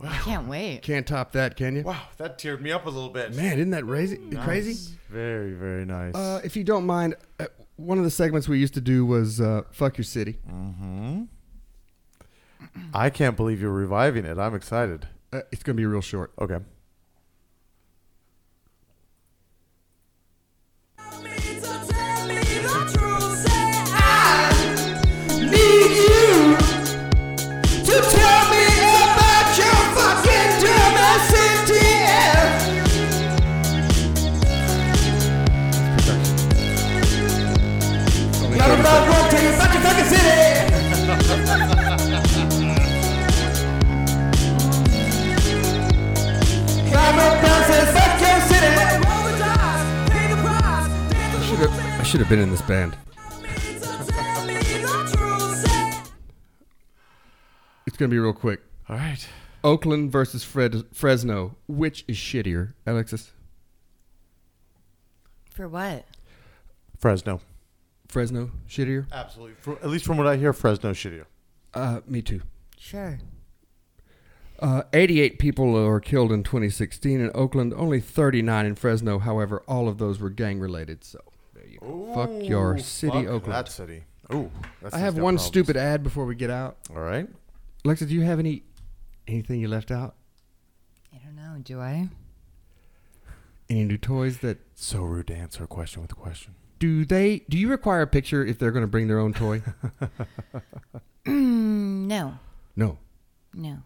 Speaker 1: I can't wait.
Speaker 3: Can't top that, can you?
Speaker 2: Wow, that teared me up a little bit.
Speaker 3: Man, isn't that crazy? crazy?
Speaker 2: Very, very nice.
Speaker 3: Uh, if you don't mind, uh, one of the segments we used to do was uh, Fuck Your City.
Speaker 2: I can't believe you're reviving it. I'm excited.
Speaker 3: Uh, it's going to be real short.
Speaker 2: Okay.
Speaker 3: I should have been in this band. It's going to be real quick.
Speaker 2: All right.
Speaker 3: Oakland versus Fred- Fresno. Which is shittier, Alexis?
Speaker 1: For what?
Speaker 2: Fresno.
Speaker 3: Fresno shittier?
Speaker 2: Absolutely. For, at least from what I hear, Fresno shittier.
Speaker 3: Uh, me too.
Speaker 1: Sure.
Speaker 3: Uh, 88 people were killed in 2016 in Oakland, only 39 in Fresno. However, all of those were gang related. So there you go. fuck your city,
Speaker 2: Fuck
Speaker 3: Oakland.
Speaker 2: That city. Ooh. that's
Speaker 3: I have
Speaker 2: got
Speaker 3: one
Speaker 2: problems.
Speaker 3: stupid ad before we get out.
Speaker 2: All right.
Speaker 3: Alexa, do you have any anything you left out?
Speaker 1: I don't know. Do I?
Speaker 3: Any new toys that
Speaker 2: So rude to answer a question with a question.
Speaker 3: do they do you require a picture if they're going to bring their own toy?
Speaker 1: Mm, no.
Speaker 3: no,
Speaker 1: No.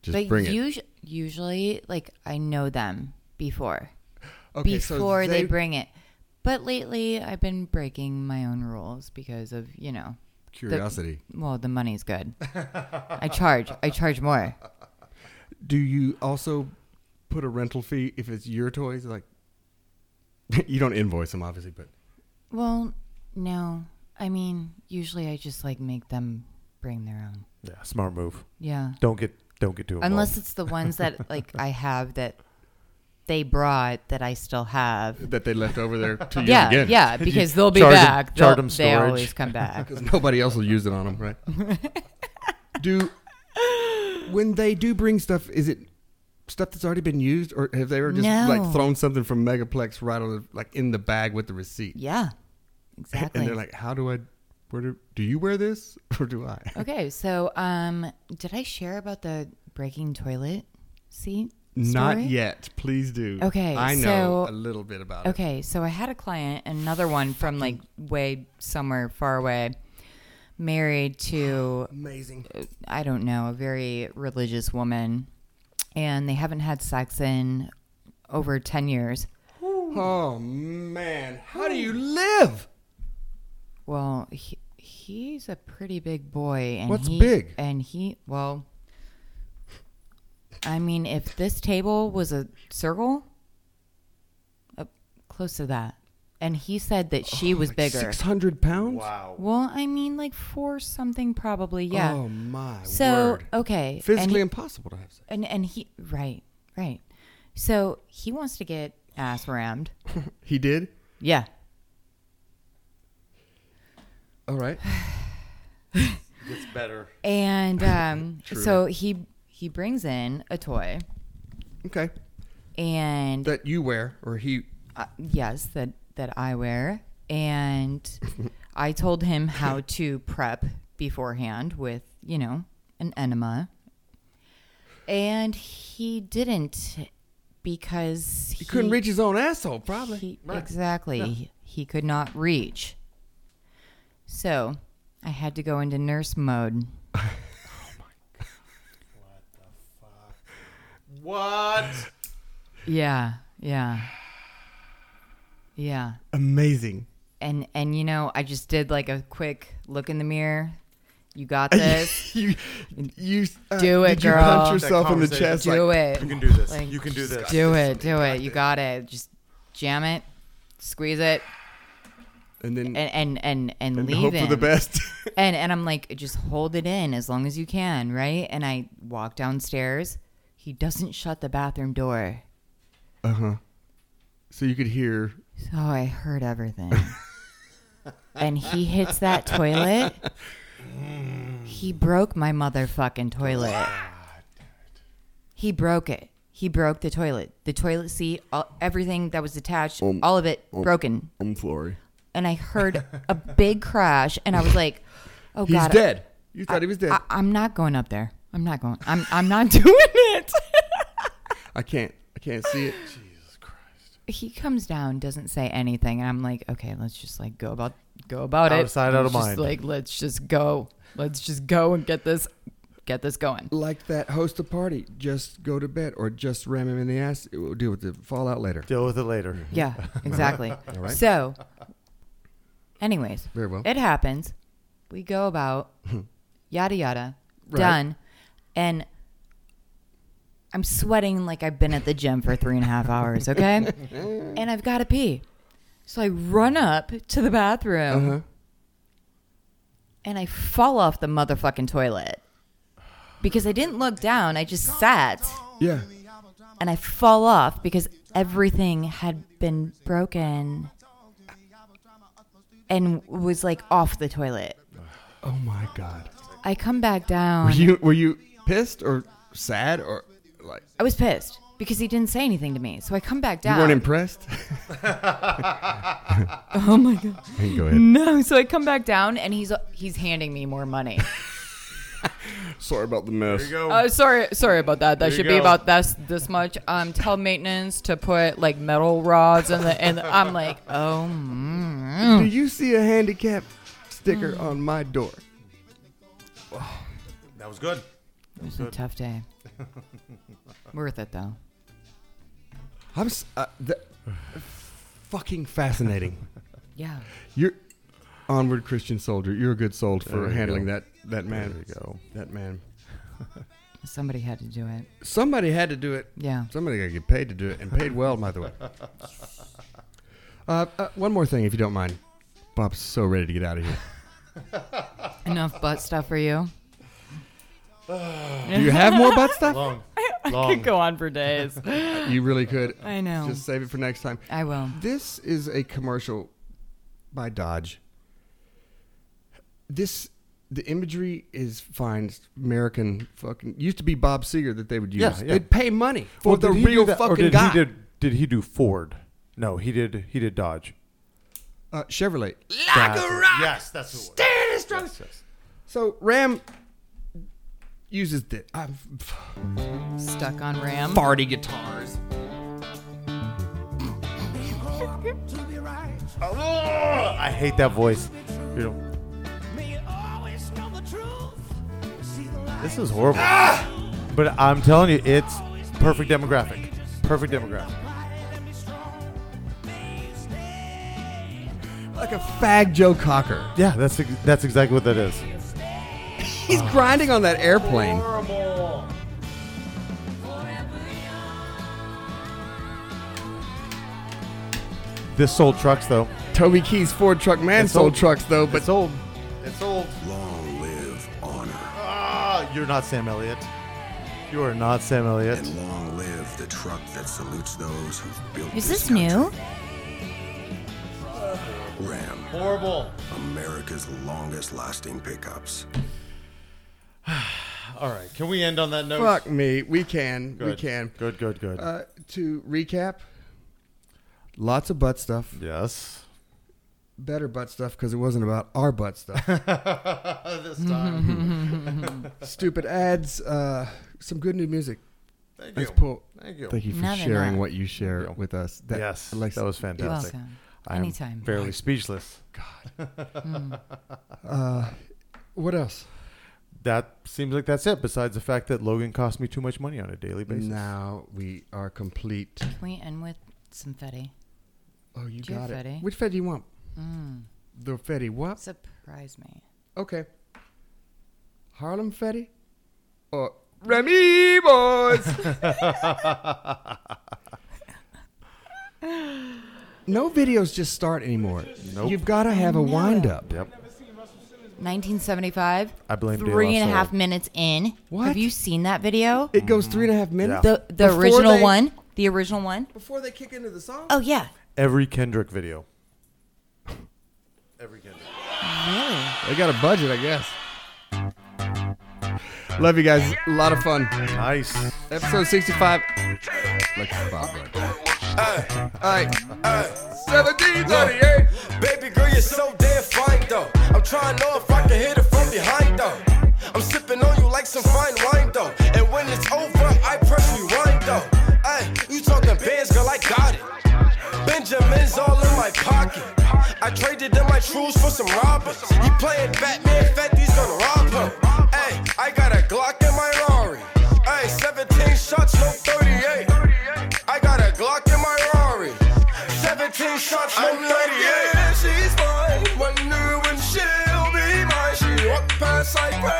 Speaker 3: just
Speaker 1: but
Speaker 3: bring it.
Speaker 1: usu- usually, like, I know them before.
Speaker 3: Okay, so
Speaker 1: before they, bring it. But lately, I've been breaking my own rules because of, you know,
Speaker 3: curiosity.
Speaker 1: well, the money's good. I charge. I charge more.
Speaker 3: do you also put a rental fee if it's your toys? Like you don't invoice them obviously, but
Speaker 1: Well, no. I mean, usually I just, like, make them bring their own.
Speaker 2: Yeah, smart move.
Speaker 1: Yeah.
Speaker 2: Don't get don't get too involved.
Speaker 1: Unless it's the ones that, like, I have that they brought that I still have.
Speaker 3: that they left over there to use
Speaker 1: Yeah,
Speaker 3: again.
Speaker 1: yeah, because they'll be
Speaker 2: charge 'em-
Speaker 1: back.
Speaker 2: charge
Speaker 1: They'll-
Speaker 2: 'em
Speaker 1: they
Speaker 2: storage.
Speaker 1: always come back.
Speaker 3: Because nobody else will use it on them, right? do when they do bring stuff, is it stuff that's already been used, or have they ever just like
Speaker 1: No.
Speaker 3: thrown something from Megaplex right on the, like in the bag with the receipt?
Speaker 1: yeah, exactly.
Speaker 3: And they're like, "How do I? Where do do you wear this, or do I?"
Speaker 1: okay, so um, did I share about the breaking toilet seat?
Speaker 3: Not
Speaker 1: story?
Speaker 3: yet. Please do.
Speaker 1: Okay,
Speaker 3: I
Speaker 1: so-
Speaker 3: know a little bit about it.
Speaker 1: Okay, so I had a client, another one from like way somewhere far away, married to
Speaker 3: Amazing.
Speaker 1: I don't know, a very religious woman, and they haven't had sex in over ten years.
Speaker 3: Oh man, how do you live?
Speaker 1: Well, he, he's a pretty big boy, and
Speaker 3: What's
Speaker 1: he,
Speaker 3: big?
Speaker 1: And he, well, I mean, if this table was a circle, up close to that, and he said that she was bigger.
Speaker 3: Oh, Six hundred pounds.
Speaker 2: wow.
Speaker 1: Well, I mean, like four something probably, yeah.
Speaker 3: Oh my
Speaker 1: so
Speaker 3: word.
Speaker 1: okay, and
Speaker 3: Physically
Speaker 1: he-
Speaker 3: impossible to have sex.
Speaker 1: and and he right, right. So he wants to get ass rammed.
Speaker 3: He did.
Speaker 1: Yeah.
Speaker 3: All right.
Speaker 2: It's better.
Speaker 1: And um, so he he brings in a toy.
Speaker 3: Okay.
Speaker 1: and
Speaker 3: that you wear or he
Speaker 1: uh, yes that that i wear and i told him how to prep beforehand with you know an enema and he didn't because he,
Speaker 3: he couldn't reach his own asshole probably
Speaker 1: he-
Speaker 3: Right.
Speaker 1: exactly he, he could not reach so i had to go into nurse mode
Speaker 2: What?
Speaker 1: yeah yeah yeah
Speaker 3: amazing
Speaker 1: and and you know i just did like a quick look in the mirror you got this
Speaker 3: you you uh,
Speaker 1: Do it,
Speaker 3: did you punch
Speaker 1: girl.
Speaker 3: yourself in the
Speaker 2: That
Speaker 3: chest
Speaker 1: do
Speaker 3: like,
Speaker 1: it
Speaker 2: You can do this.
Speaker 1: Like,
Speaker 2: you can do this.
Speaker 1: do it do it you got it just jam it squeeze it
Speaker 3: and then
Speaker 1: and and and, and,
Speaker 3: and
Speaker 1: leave
Speaker 3: hope for the
Speaker 1: him.
Speaker 3: best
Speaker 1: and and i'm like just hold it in as long as you can right and i walk downstairs he doesn't shut the bathroom door
Speaker 3: uh-huh so you could hear
Speaker 1: so i heard everything and he hits that toilet he broke my motherfucking toilet He broke it. He broke the toilet, the toilet seat, all, everything that was attached,
Speaker 3: Um,
Speaker 1: all of it
Speaker 3: um.
Speaker 1: broken.
Speaker 3: i'm sorry
Speaker 1: And I heard a big crash, and I was like, "Oh
Speaker 3: he's
Speaker 1: God,
Speaker 3: dead you thought he was dead
Speaker 1: I, I'm not going up there. I'm not going. I'm I'm not doing it."
Speaker 3: i can't i can't see it
Speaker 1: he comes down, doesn't say anything, and I'm like, "Okay, let's just like go about go about
Speaker 2: Out
Speaker 1: it.
Speaker 2: of sight, out of
Speaker 1: Let's just,
Speaker 2: mind.
Speaker 1: Like let's just go. Let's just go and get this get this going."
Speaker 3: like that host a party just go to bed or just ram him in the ass it will deal with the fallout later
Speaker 2: Deal with it later.
Speaker 1: Yeah, exactly.
Speaker 3: right.
Speaker 1: So, anyways,
Speaker 3: Very well.
Speaker 1: It happens. We go about yada yada.
Speaker 3: Hmm. Right.
Speaker 1: Done. And I'm sweating like I've been at the gym for three and a half hours. Okay, and I've got to pee. So I run up to the bathroom
Speaker 3: uh-huh
Speaker 1: and I fall off the motherfucking toilet because I didn't look down. I just sat
Speaker 3: Yeah.
Speaker 1: and I fall off because everything had been broken and was like off the toilet.
Speaker 3: Oh my god.
Speaker 1: I come back
Speaker 3: Were
Speaker 1: down.
Speaker 3: you were you pissed or sad or like
Speaker 1: I was pissed because he didn't say anything to me. So I come back down.
Speaker 3: you weren't impressed?
Speaker 1: oh my god.
Speaker 3: Hey, go ahead.
Speaker 1: No, so I come back down and he's he's handing me more money.
Speaker 3: Sorry about the mess.
Speaker 2: go.
Speaker 1: Uh, sorry, sorry about that. That
Speaker 2: you
Speaker 1: should be
Speaker 2: go.
Speaker 1: about this this much. Um, tell maintenance to put like metal rods in the. And I'm like, oh, mm.
Speaker 3: Do you see a handicap sticker on my door?
Speaker 2: that was good.
Speaker 1: it was a tough day. Worth it though.
Speaker 3: I'm s- uh, th- fucking fascinating.
Speaker 1: Yeah.
Speaker 3: You're onward Christian soldier. You're a good soul
Speaker 2: There
Speaker 3: for
Speaker 2: you
Speaker 3: handling
Speaker 2: go.
Speaker 3: that that man.
Speaker 2: There you go.
Speaker 3: That man.
Speaker 1: Somebody had to do it.
Speaker 3: Somebody had to do it.
Speaker 1: Yeah.
Speaker 3: Somebody got to get paid to do it, and paid well, by the way. Uh, uh, one more thing, if you don't mind. Bob's so ready to get out of here.
Speaker 1: Enough butt stuff for you.
Speaker 3: Do you have more butt stuff?
Speaker 2: Long. Long.
Speaker 7: Go on for days.
Speaker 3: You really could.
Speaker 1: I know.
Speaker 3: Just save it for next time.
Speaker 1: I will.
Speaker 3: This is a commercial by Dodge. This the imagery is fine. It's American fucking used to be Bob Seger that they would use.
Speaker 2: Yeah, yeah.
Speaker 3: They'd pay money for
Speaker 2: Well,
Speaker 3: the
Speaker 2: did he do
Speaker 3: real
Speaker 2: that- or
Speaker 3: fucking
Speaker 2: did
Speaker 3: guy.
Speaker 2: He did, did he do Ford? No, he did. He did Dodge.
Speaker 3: uh, Chevrolet.
Speaker 2: Yes, that's who. It
Speaker 3: Stand as strong- So Ram uses the I'm f-
Speaker 1: Stuck on Ram.
Speaker 3: farty guitars.
Speaker 2: I hate that voice. You know, this is horrible. But I'm telling you, it's perfect demographic. Perfect demographic.
Speaker 3: Like a fag Joe Cocker.
Speaker 2: Yeah, that's ex- that's exactly what that is.
Speaker 3: He's
Speaker 2: Oh.
Speaker 3: grinding on that airplane.
Speaker 2: This sold trucks though.
Speaker 3: Toby Keith's Ford truck man
Speaker 2: It's
Speaker 3: sold
Speaker 2: old.
Speaker 3: trucks though, but
Speaker 2: It's old. It's old.
Speaker 8: Long live honor
Speaker 2: Ah, you're not Sam Elliott. You are not Sam Elliott.
Speaker 8: and long live the truck that salutes those who've built
Speaker 1: Is
Speaker 8: this
Speaker 1: this new?
Speaker 8: country. Ram,
Speaker 2: Horrible.
Speaker 8: America's longest lasting pickups.
Speaker 2: All right, can we end on that note?
Speaker 3: fuck me, we can,
Speaker 2: Good.
Speaker 3: we can.
Speaker 2: Good, good, good.
Speaker 3: Uh, to recap, lots of butt stuff.
Speaker 2: yes.
Speaker 3: Better butt stuff because it wasn't about our butt stuff.
Speaker 2: this time.
Speaker 3: Stupid ads. Uh, some good new music.
Speaker 2: Thank
Speaker 3: That's cool.
Speaker 2: Thank you.
Speaker 3: Thank you for
Speaker 1: No, they're
Speaker 3: sharing
Speaker 1: not.
Speaker 3: what you share with us. That,
Speaker 2: yes,
Speaker 3: Alexa,
Speaker 2: that was
Speaker 1: You're
Speaker 2: fantastic.
Speaker 1: welcome.
Speaker 2: I am
Speaker 1: Anytime.
Speaker 2: Barely speechless.
Speaker 3: What else?
Speaker 2: That seems like that's it. Besides the fact that Logan cost me too much money on a daily basis.
Speaker 3: Now we are complete.
Speaker 1: Can we end with some fetty?
Speaker 3: Oh, you
Speaker 1: Do you
Speaker 3: got
Speaker 1: have
Speaker 3: it.
Speaker 1: Fetty?
Speaker 3: Which Fetty do you want?
Speaker 1: Mm.
Speaker 3: The Fetty what?
Speaker 1: Surprise me.
Speaker 3: Okay. Harlem Fetty or Remy Boys? no videos just start anymore.
Speaker 2: Nope.
Speaker 3: You've got to have a wind up.
Speaker 2: Yep.
Speaker 1: 1975.
Speaker 2: I blame De La
Speaker 1: three and a
Speaker 2: Soul.
Speaker 1: half minutes in.
Speaker 3: What?
Speaker 1: Have you seen that video?
Speaker 3: It goes three and a half minutes.
Speaker 1: The the
Speaker 3: Before
Speaker 1: original
Speaker 3: they-
Speaker 1: one. The original one.
Speaker 3: Before they kick into the song?
Speaker 1: Oh yeah.
Speaker 2: Every Kendrick video. Every Kendrick.
Speaker 3: They got a budget, I guess. Love you guys. A lot of fun.
Speaker 2: Nice.
Speaker 3: Episode 65. Let's pop All right. 1738.
Speaker 9: Baby girl, you're so damn fine though. I'm trying to know if I can hit it from behind though. I'm sipping on you like some fine wine though. And when it's over, I press rewind though. Ay, you talking bands, girl, I got it. Benjamin's all in my pocket. I traded in my trues for some robbers. He playing Batman, Fetty's gonna rob him. Ay, I got a Glock in my Rari. Ay, 17 shots, no 38. I got a Glock in my Rari. 17 shots, no 38. Yeah, she's mine. Wonder when she'll be mine. She walked past like